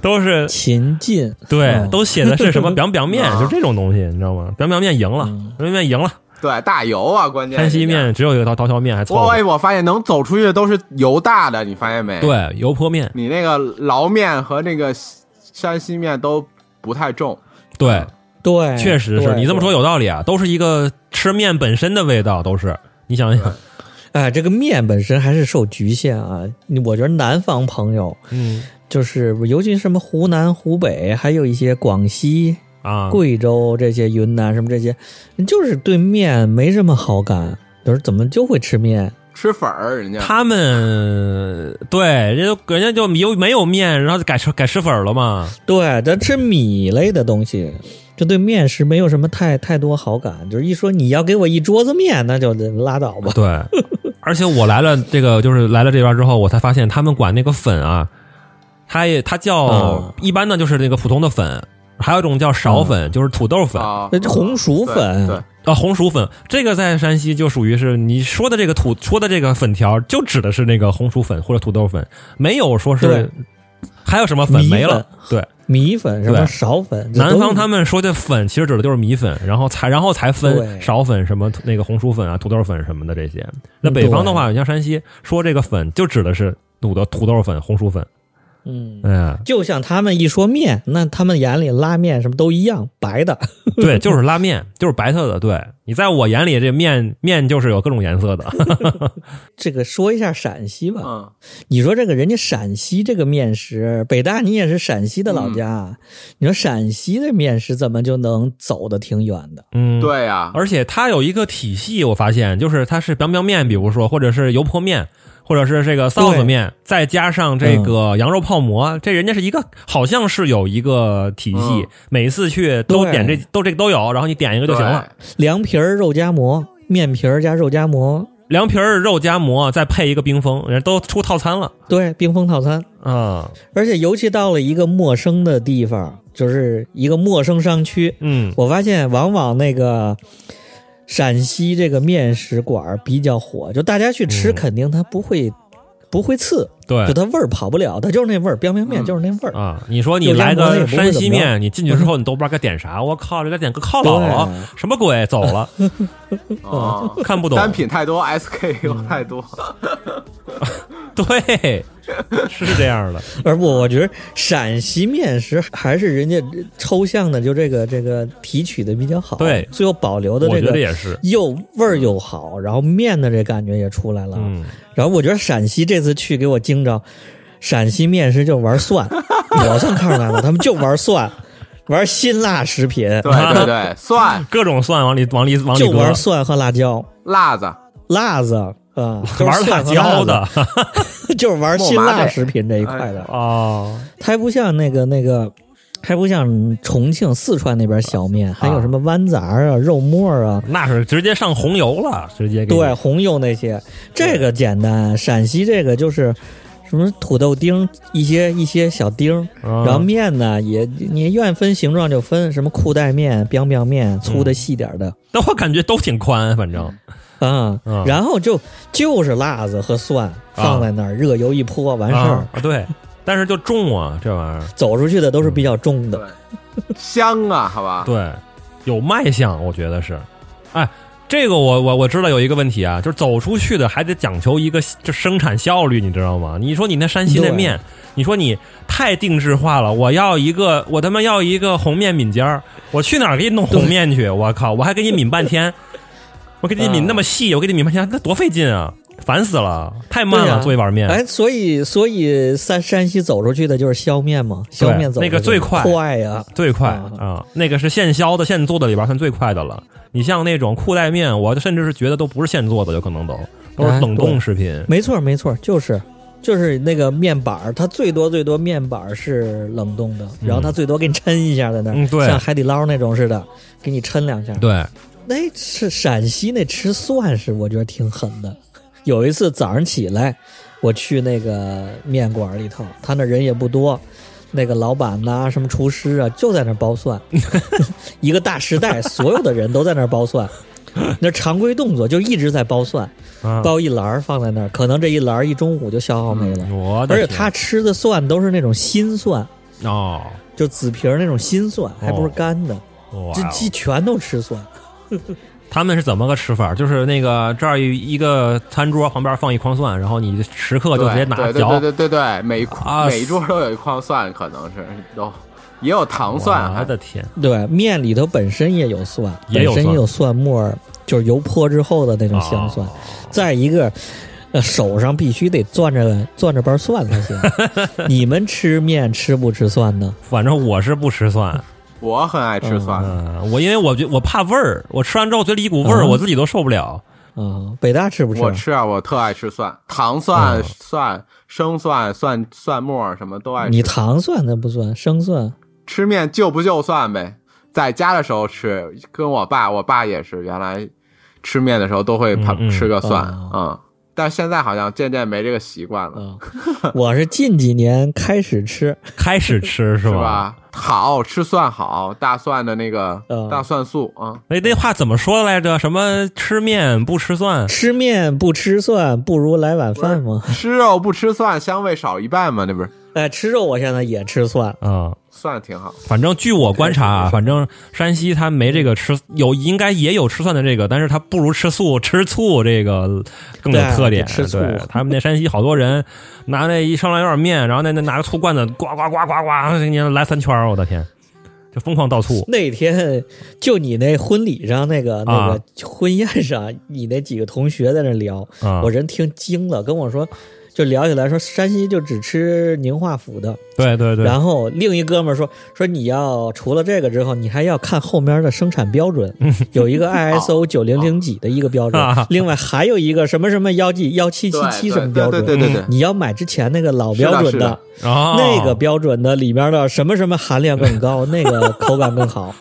Speaker 3: 都是
Speaker 2: 秦晋
Speaker 3: 对
Speaker 2: 嗯，
Speaker 3: 都写的是什么 “biang biang 面”，
Speaker 4: 啊
Speaker 3: 就这种东西，你知道吗？“biang biang 面”赢了
Speaker 2: 嗯，“
Speaker 3: biang biang 面”赢了。
Speaker 4: 对，大油啊，关键
Speaker 3: 山西
Speaker 4: 是这样
Speaker 3: 面只有一个刀刀削面还凑
Speaker 4: 我
Speaker 3: 合
Speaker 4: 哎，，我发现能走出去的都是油大的，你发现没？，
Speaker 3: 对，油泼面，
Speaker 4: 你那个捞面和那个山西面都不太重。
Speaker 3: 对，
Speaker 2: 对，
Speaker 3: 确实是
Speaker 2: 哎对
Speaker 3: 你这么说
Speaker 2: 对
Speaker 3: 有道理啊，都是一个吃面本身的味道，都是你想想，
Speaker 2: 哎，这个面本身还是受局限啊。我觉得南方朋友
Speaker 3: 嗯
Speaker 2: 就是，尤其什么湖南、湖北，还有一些广西、
Speaker 3: 啊，
Speaker 2: 贵州这些、云南什么这些，就是对面没什么好感，就是怎么就会吃面？
Speaker 4: 吃粉儿，人家
Speaker 3: 他们对人家就人家就有没有面，然后就改吃改吃粉了嘛，
Speaker 2: 对，咱吃米类的东西，这对面食没有什么太太多好感。就是一说你要给我一桌子面，那就拉倒吧。
Speaker 3: 对，而且我来了这个就是来了这边之后，我才发现他们管那个粉啊，它也它叫、
Speaker 2: 啊
Speaker 3: 一般的就是那个普通的粉，还有一种叫苕粉，就是土豆粉啊、
Speaker 4: 啊，
Speaker 2: 那这红薯粉
Speaker 4: 对，对
Speaker 3: 红薯粉。这个在山西就属于是你说的这个土说的这个粉条，就指的是那个红薯粉或者土豆粉，没有说
Speaker 2: 对
Speaker 3: 是还有什么粉
Speaker 2: 米
Speaker 3: 没了。对，
Speaker 2: 米粉什么
Speaker 3: 对
Speaker 2: 苕粉，这都
Speaker 3: 南
Speaker 2: 是
Speaker 3: 方他们说的粉其实指的就是米粉，然后才然后才分
Speaker 2: 对
Speaker 3: 苕粉什么那个红薯粉啊、土豆粉什么的这些。那北方的话，你像山西说这个粉就指的是土豆土豆粉、红薯粉。
Speaker 2: 嗯。
Speaker 3: 嗯，
Speaker 2: 就像他们一说面，那他们眼里拉面什么都一样，白的。
Speaker 3: 对，就是拉面，就是白色的。对，你在我眼里，这面面就是有各种颜 色的。
Speaker 2: 这个说一下陕西吧，
Speaker 3: 啊
Speaker 4: 嗯，
Speaker 2: 你说这个人家陕西这个面食，北大你也是陕西的老家，
Speaker 3: 嗯
Speaker 2: 你说陕西的面食怎么就能走得挺远的？
Speaker 3: 嗯，。
Speaker 4: 对呀、
Speaker 3: 而且它有一个体系，我发现就是它是 biang biang 面，比如说或者是油泼面，或者是这个臊子面，再加上这
Speaker 2: 嗯
Speaker 3: 个羊肉泡馍，这人家是一个好像是有一个体系，
Speaker 4: 嗯
Speaker 3: 每次去都
Speaker 2: 对
Speaker 3: 点这都这个都有，然后你点一个就行了。
Speaker 2: 凉皮儿、肉夹馍、面皮儿加肉夹馍，
Speaker 3: 凉皮儿、肉夹馍，再配一个冰峰，人家都出套餐了。
Speaker 2: 对，冰封套餐。
Speaker 3: 啊，
Speaker 2: 而且尤其到了一个陌生的地方，就是一个陌生商区，
Speaker 3: 嗯，
Speaker 2: 我发现往往那个陕西这个面食馆儿比较火，就大家去吃，
Speaker 3: 嗯
Speaker 2: 肯定它不会、不会刺，
Speaker 3: 对
Speaker 2: 就它味儿跑不了，它就是那味儿，彪彪面
Speaker 4: 嗯
Speaker 2: 就是那味儿。
Speaker 3: 啊，你说你
Speaker 2: 肉夹
Speaker 3: 来
Speaker 2: 馍也
Speaker 3: 个
Speaker 2: 不会
Speaker 3: 山
Speaker 2: 怎
Speaker 3: 西
Speaker 2: 么样
Speaker 3: 面，你进去之后你都不知道该点啥，我靠，这该点个靠姥
Speaker 2: 对
Speaker 3: 姥，什么鬼？走了，
Speaker 4: 哦，
Speaker 3: 嗯 看不懂。嗯
Speaker 4: 单品太多，SKU 太多，
Speaker 3: 对，是这样的。
Speaker 2: 而我我觉得陕西面食还是人家抽象的，就这个这个提取的比较好，
Speaker 3: 对
Speaker 2: 最后保留的
Speaker 3: 我
Speaker 2: 这
Speaker 3: 觉得
Speaker 2: 个
Speaker 3: 也是。
Speaker 2: 又味儿又好，然后面的这感觉也出来了。
Speaker 3: 嗯，
Speaker 2: 然后我觉得陕西这次去给我惊着，陕西面食就玩蒜， 我算看出来了，他们就玩蒜，玩辛辣食品，
Speaker 4: 对 对对，蒜、
Speaker 3: 各种蒜往里往里往里
Speaker 2: 就玩
Speaker 3: 搁，
Speaker 2: 蒜和辣椒，
Speaker 4: 辣子、
Speaker 2: 辣子 啊，就是
Speaker 3: 玩辣
Speaker 2: 蒜和
Speaker 3: 椒的
Speaker 2: 子， 就是玩辛辣食品这一块的，
Speaker 3: 哦，
Speaker 2: 它还不像那个那个。还不像重庆、四川那边小面，还有什么豌杂啊、肉末啊，
Speaker 3: 那是直接上红油了，直接给你
Speaker 2: 对，红柚那些，这个简单。陕西这个就是什么土豆丁，一些一些小丁儿，
Speaker 3: 嗯
Speaker 2: 然后面呢也你愿分形状就分，什么裤带面、biang biang 面，粗的细点儿的
Speaker 3: 但我感觉都挺宽，反正
Speaker 2: 啊、
Speaker 3: 嗯
Speaker 2: 然后就就是辣子和蒜放在那儿，热油一泼完事儿、
Speaker 3: 啊啊对，但是就重啊，这玩意儿
Speaker 2: 走出去的都是比较重的，
Speaker 4: 香啊，好吧，
Speaker 3: 对有卖相，我觉得是，哎。这个我我我知道有一个问题啊，就是走出去的还得讲求一个就生产效率，你知道吗？你说你那山西那
Speaker 2: 对
Speaker 3: 面，你说你太定制化了，我要一个我他妈要一个红面抿尖儿，我去哪儿给你弄红面去？我靠，我还给你抿半天，我给你抿那么细，我给你抿半天，那多费劲啊，烦死了，太慢
Speaker 2: 对
Speaker 3: 了，
Speaker 2: 啊
Speaker 3: 做一碗面。
Speaker 2: 哎，所以所以山山西走出去的就是削面嘛，削面走
Speaker 3: 那个
Speaker 2: 出去
Speaker 3: 最快
Speaker 2: 快呀、
Speaker 3: 最快
Speaker 2: 啊
Speaker 3: 啊，那个是现削的、现做的里边算最快的了。你像那种裤带面，我甚至是觉得都不是现做的，有可能都都是
Speaker 2: 哎
Speaker 3: 冷冻
Speaker 2: 对
Speaker 3: 食品。
Speaker 2: 没错没错，就是。就是那个面板儿，它最多最多面板儿是冷冻的，然后它最多给你抻一下在那儿，
Speaker 3: 嗯对
Speaker 2: 像海底捞那种似的，给你抻两下。
Speaker 3: 对，
Speaker 2: 那是陕西那吃蒜是我觉得挺狠的。有一次早上起来，我去那个面馆里头，他那人也不多，那个老板呐、什么厨师啊，就在那儿剥蒜， 一个大时代，所有的人都在那儿剥蒜。那常规动作就一直在剥蒜，
Speaker 3: 啊，
Speaker 2: 剥一篮儿放在那儿，可能这一篮儿一中午就消耗没了。
Speaker 3: 我的
Speaker 2: 而且
Speaker 3: 天
Speaker 2: 他吃的蒜都是那种新蒜，
Speaker 3: 哦，
Speaker 2: 就紫皮儿那种新蒜，还不是干的，
Speaker 3: 哇哦
Speaker 2: 这鸡全都吃蒜。
Speaker 3: 他们是怎么个吃法？就是那个这儿一个餐桌旁边放一筐蒜，然后你食客就直接
Speaker 4: 对
Speaker 3: 拿
Speaker 4: 对对
Speaker 3: 嚼
Speaker 4: 对。对对对，每一筐
Speaker 3: 啊
Speaker 4: 每一桌都有一筐蒜，可能是都也有糖蒜，啊
Speaker 3: 我
Speaker 4: 还
Speaker 3: 的天，
Speaker 2: 对，面里头本身也有蒜，
Speaker 3: 也有
Speaker 2: 本
Speaker 3: 蒜
Speaker 2: 身也有蒜末儿，就是油泼之后的那种香蒜。
Speaker 3: 哦
Speaker 2: 再一个，呃，手上必须得攥着攥着瓣蒜才行。你们吃面吃不吃蒜呢？
Speaker 3: 反正我是不吃蒜，
Speaker 4: 我很爱吃蒜，
Speaker 3: 嗯，我因为我觉我怕味儿，我吃完之后嘴里一股味儿，
Speaker 2: 嗯
Speaker 3: 我自己都受不了。
Speaker 2: 啊、北大吃不吃？
Speaker 4: 我吃啊，我特爱吃蒜，糖蒜、
Speaker 3: 嗯
Speaker 4: 蒜、生蒜、蒜蒜末什么都爱吃。
Speaker 2: 你糖蒜那不算，生蒜
Speaker 4: 吃面就不就蒜呗，在家的时候吃，跟我爸，我爸也是原来吃面的时候都会怕
Speaker 3: 嗯嗯
Speaker 4: 吃个蒜，
Speaker 2: 哦
Speaker 4: 嗯，但现在好像渐渐没这个习惯了，
Speaker 2: 啊、我是近几年开始吃，
Speaker 3: 开始吃是
Speaker 4: 是
Speaker 3: 吧？
Speaker 4: 吧？好吃蒜好，大蒜的那个、
Speaker 2: 嗯
Speaker 4: 大蒜素啊，嗯
Speaker 3: 哎，那话怎么说来着？什么吃面不吃蒜？
Speaker 2: 吃面不吃蒜，不如来碗饭吗？
Speaker 4: 吃肉不吃蒜，香味少一半嘛，那不是
Speaker 2: 哎，吃肉我现在也吃蒜，
Speaker 3: 啊、
Speaker 4: 蒜挺好。
Speaker 3: 反正据我观察啊，反正山西它没这个吃有，应该也有吃蒜的这个，但是它不如吃素吃醋这个更有
Speaker 2: 对
Speaker 3: 特点。
Speaker 2: 就吃醋
Speaker 3: 对他们那山西好多人拿那一上来有点面，然后那那拿个醋罐子呱呱呱呱呱，给你来三圈儿，我的天！就疯狂倒醋。
Speaker 2: 那天就你那婚礼上那个那个婚宴上，你那几个同学在那聊，
Speaker 3: 啊
Speaker 2: 我人听惊了，跟我说。就聊起来说，山西就只吃宁化府的。
Speaker 3: 嗯对对对，
Speaker 2: 然后另一哥们儿说说你要除了这个之后，你还要看后面的生产标 准，有一个 ISO 九零零几的一个标准
Speaker 3: 啊，
Speaker 2: 另外还有一个什么什么幺 G 幺七七
Speaker 4: 对
Speaker 2: 七什么
Speaker 4: 对
Speaker 2: 标
Speaker 4: 对
Speaker 2: 准。
Speaker 4: 对对对，
Speaker 2: 你要买之前那个老标
Speaker 4: 是
Speaker 2: 准
Speaker 4: 的是的
Speaker 3: 哦
Speaker 2: 那个标准的里面的什么什么含量更高，那个口感更 好。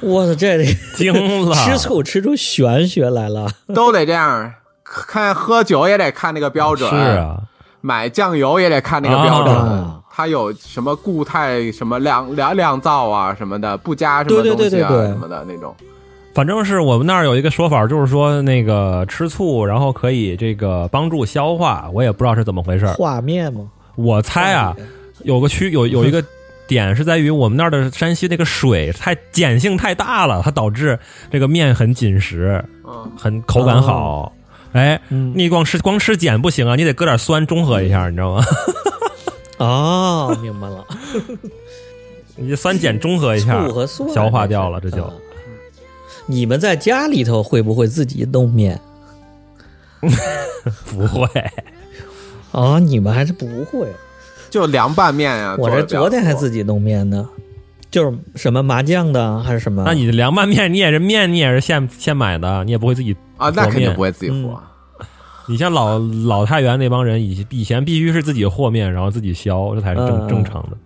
Speaker 2: 我操，这
Speaker 3: 惊了，
Speaker 2: 吃醋吃出玄学来了。
Speaker 4: 都得这样。看喝酒也得看那个标准，
Speaker 3: 是啊，
Speaker 4: 买酱油也得看那个标准，
Speaker 2: 啊
Speaker 4: 它有什么固态、什么酿酿酿造啊什么的，不加什么
Speaker 2: 对
Speaker 4: 东西
Speaker 2: 对对
Speaker 4: 啊
Speaker 2: 对对
Speaker 4: 什么的那种。
Speaker 3: 反正是我们那儿有一个说法，就是说那个吃醋，然后可以这个帮助消化，我也不知道是怎么回事儿。
Speaker 2: 画面嘛，
Speaker 3: 我猜啊，有个区有有一个点是在于我们那儿的山西那个水太碱性太大了，它导致这个面很紧实，
Speaker 4: 嗯，
Speaker 3: 很口感好。哎，
Speaker 2: 哦嗯，
Speaker 3: 你光吃光吃碱不行啊，你得搁点酸中和一下，你 知道吗？
Speaker 2: 哦，明 白了，
Speaker 3: 你酸碱中和一下，
Speaker 2: 醋和蒜
Speaker 3: 消化掉了这就
Speaker 2: 啊你们在家里头会不会自己弄面
Speaker 3: 不会。
Speaker 2: 啊？你们还是不会，
Speaker 4: 就凉拌面呀、
Speaker 2: 我
Speaker 4: 做
Speaker 2: 这
Speaker 4: 得比较
Speaker 2: 昨天还
Speaker 4: 多
Speaker 2: 自己弄面呢，就是什么麻酱的还是什么？
Speaker 3: 那啊你的凉拌面，你也是面，你也是现现买的，你也不会自己
Speaker 4: 啊，那
Speaker 3: 和
Speaker 4: 肯定
Speaker 3: 面
Speaker 4: 不会自己
Speaker 2: 嗯
Speaker 4: 和。
Speaker 3: 你像老老太原那帮人，以以前必须是自己和面，然后自己削，这才是
Speaker 2: 嗯嗯
Speaker 3: 正正常的。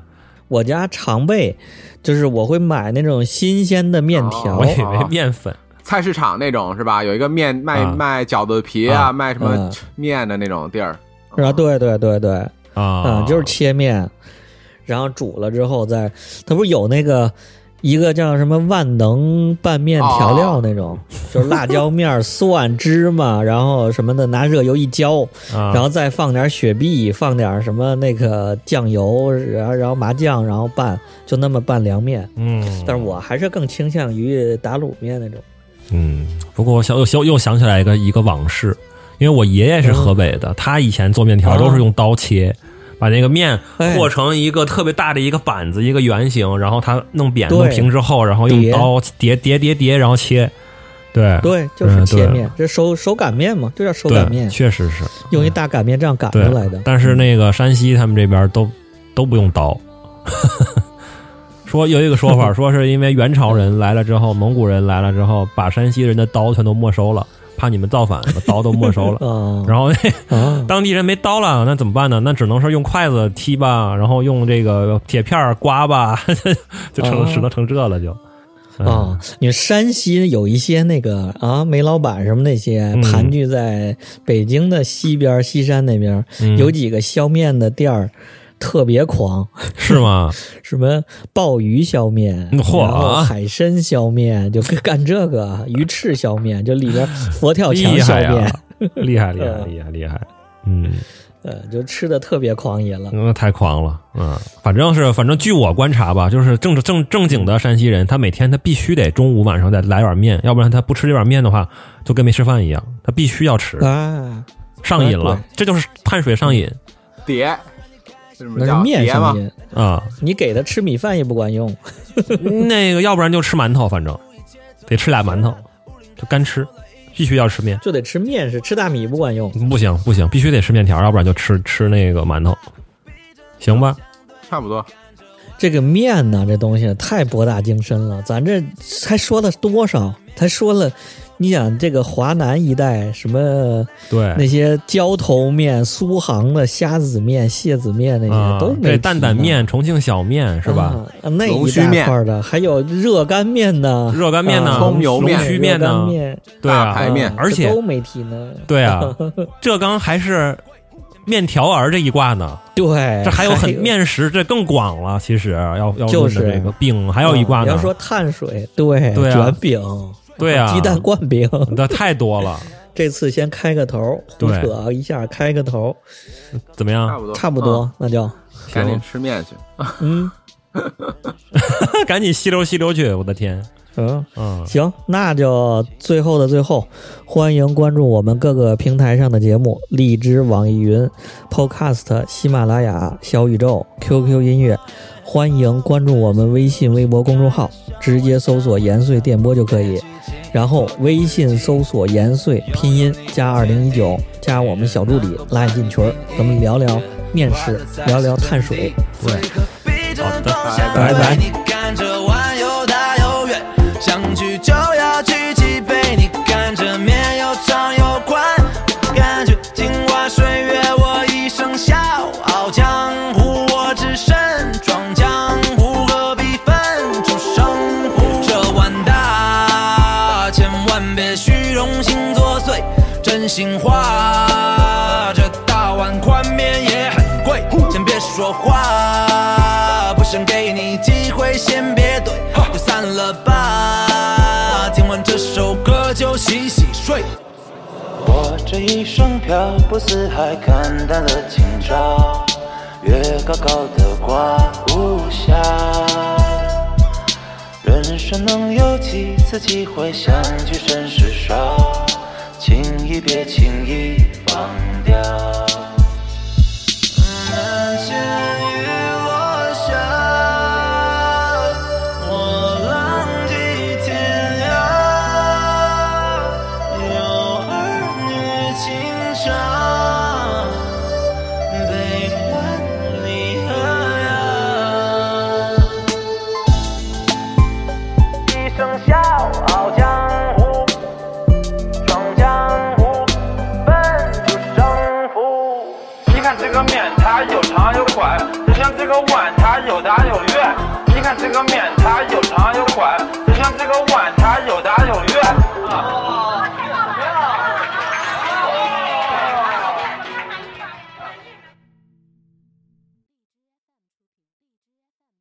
Speaker 2: 我家常备就是我会买那种新鲜的面条，
Speaker 3: 哦我以为面粉
Speaker 4: 菜市场那种是吧？有一个面卖、
Speaker 3: 啊
Speaker 4: 卖饺子皮啊，
Speaker 3: 啊
Speaker 4: 卖什么
Speaker 2: 嗯
Speaker 4: 面的那种地儿。
Speaker 2: 然后对对对对，
Speaker 3: 啊
Speaker 2: 嗯，，就是切面，然后煮了之后再，它不是有那个一个叫什么万能拌面调料那
Speaker 3: 啊
Speaker 2: 种，就是辣椒面儿、蒜、芝麻，然后什么的，拿热油一浇，
Speaker 3: 啊，
Speaker 2: 然后再放点雪碧，放点什么那个酱油，然后然后麻酱，然后拌，就那么拌凉面。
Speaker 3: 嗯，
Speaker 2: 但是我还是更倾向于打卤面那种。
Speaker 3: 嗯，不过我想又想又想起来一个一个往事，因为我爷爷是河北
Speaker 2: 嗯
Speaker 3: 的，他以前做面条都是用刀切。把那个面
Speaker 2: 哎
Speaker 3: 和成一个特别大的一个板子，一个圆形，然后他弄扁
Speaker 2: 对
Speaker 3: 弄平之后，然后用
Speaker 2: 叠
Speaker 3: 刀叠叠叠叠，然后切。对
Speaker 2: 对，就是
Speaker 3: 嗯
Speaker 2: 切
Speaker 3: 对
Speaker 2: 面，这手手擀面嘛，就叫手擀
Speaker 3: 对，
Speaker 2: 面，
Speaker 3: 确实是。
Speaker 2: 用一大擀面杖擀出
Speaker 3: 对
Speaker 2: 来的。嗯
Speaker 3: 但是那个山西他们这边都都不用刀， 说有一个 说法，说是因为元朝人来了之后，蒙古人来了之后，把山西人的刀全都没收了，怕你们造反，把刀都没收了。
Speaker 2: 啊
Speaker 3: 然后那
Speaker 2: 啊，
Speaker 3: 当地人没刀了，那怎么办呢？那只能是用筷子踢吧，然后用这个铁片儿刮吧， 就成
Speaker 2: 哦
Speaker 3: 只能成这了就。嗯
Speaker 2: 啊、你们山西有一些那个啊，煤老板什么那些
Speaker 3: 嗯
Speaker 2: 盘踞在北京的西边儿、西山那边儿，
Speaker 3: 嗯
Speaker 2: 有几个削面的店儿。特别狂，
Speaker 3: 嗯是吗？
Speaker 2: 什么鲍鱼削面，
Speaker 3: 嗯嚯
Speaker 2: 然后
Speaker 3: 啊
Speaker 2: 海参削面，就干这个鱼翅削面，就里边佛跳墙
Speaker 3: 厉
Speaker 2: 削
Speaker 3: 害
Speaker 2: 面，
Speaker 3: 呀！厉害厉害
Speaker 2: 嗯
Speaker 3: 厉害厉害！嗯。
Speaker 2: 呃，就吃的特别狂野了。
Speaker 3: 那太狂了，嗯，反正是，反正据我观察吧，就是正正正经的山西人，他每天他必须得中午晚上再来碗面，要不然他不吃这碗面的话，就跟没吃饭一样，他必须要吃，
Speaker 2: 啊，
Speaker 3: 上瘾了
Speaker 2: 啊，
Speaker 3: 这就是碳水上瘾
Speaker 4: 碟，是什么
Speaker 2: 那是
Speaker 4: 叫
Speaker 2: 面
Speaker 4: 碟
Speaker 2: 上
Speaker 4: 吗？
Speaker 2: 面，
Speaker 3: 啊、
Speaker 2: 你给他吃米饭也不管用。
Speaker 3: 那个要不然就吃馒头，反正得吃俩馒头，就干吃，必须要吃面，
Speaker 2: 就得吃面食，吃大米不管用。
Speaker 3: 不行不行，必须得吃面条，要不然就吃吃那个馒头，行吧？
Speaker 4: 差不多。
Speaker 2: 这个面呢，这东西太博大精深了。咱这才说了多少？才说了，你想这个华南一带什么
Speaker 3: 对，
Speaker 2: 那些浇头面、苏杭的虾子面、蟹子面那些、
Speaker 3: 啊、
Speaker 2: 都没
Speaker 3: 这
Speaker 2: 提
Speaker 3: 担担
Speaker 2: 呢
Speaker 3: 面、重庆小面是吧？
Speaker 2: 啊那
Speaker 4: 龙
Speaker 2: 一
Speaker 4: 须
Speaker 2: 大
Speaker 4: 面
Speaker 2: 块的，还有热干面呢，
Speaker 3: 热干面呢
Speaker 2: 啊
Speaker 4: 葱油面
Speaker 3: 龙须面
Speaker 2: 热干
Speaker 3: 呢，
Speaker 2: 面
Speaker 3: 对啊，
Speaker 4: 大排面
Speaker 2: 啊
Speaker 3: 而且
Speaker 2: 这都没提呢。
Speaker 3: 对 啊，浙江还是面条儿这一挂呢，
Speaker 2: 对，
Speaker 3: 这还有很。面食，这更广了。其实要要
Speaker 2: 就
Speaker 3: 论
Speaker 2: 是
Speaker 3: 的这个饼还有一挂
Speaker 2: 啊你
Speaker 3: 呢
Speaker 2: 要，说碳水，对，
Speaker 3: 对啊
Speaker 2: 卷饼，
Speaker 3: 对啊
Speaker 2: 鸡蛋灌饼，
Speaker 3: 那太多了。
Speaker 2: 这次先开个头，胡
Speaker 3: 对
Speaker 2: 扯啊一下开个头，
Speaker 3: 怎么
Speaker 4: 差
Speaker 3: 样？
Speaker 4: 不多，
Speaker 2: 啊差不多，哦那就
Speaker 4: 嗯，赶紧
Speaker 3: 行
Speaker 4: 吃面去。
Speaker 2: 嗯
Speaker 3: 赶紧吸溜吸溜去！我的天，
Speaker 2: 嗯
Speaker 3: 嗯，
Speaker 2: 行，那就最后的最后，欢迎关注我们各个平台上的节目：荔枝、网易云、Podcast、喜马拉雅、小宇宙、QQ 音乐。欢迎关注我们微信、微博公众号，直接搜索“延绥电波”就可以。然后微信搜索“延绥”拼音加二零一九，加我们小助理拉你进群儿，咱们聊聊面试，聊聊碳水。
Speaker 1: 对，好的，
Speaker 2: 拜拜
Speaker 1: 你看着碗又大又圆，想去就要去几杯。你看着面又长又宽，感觉镜花水月我一生笑傲江湖，我只身闯江湖，何必分出胜负？这碗大，千万别虚荣心作祟，真心话，这大碗宽面也很贵，先别说话，不想给你机会，先别怼，就散了吧。听完这首歌就洗洗睡。
Speaker 5: 我这一生漂泊四海，看淡了今朝。月高高的挂无暇，人生能有几次机会相聚甚是少，轻易别轻易放掉。
Speaker 1: 满天雨落下，我浪迹天涯。有儿女情长，悲欢离合呀。一生笑傲江湖，闯江湖，奔出胜负。
Speaker 6: 你看这个面，它有长有宽，就像这个碗，它有大有圆。你看这个面，它有长有宽，就像这个碗，它有大有圆。啊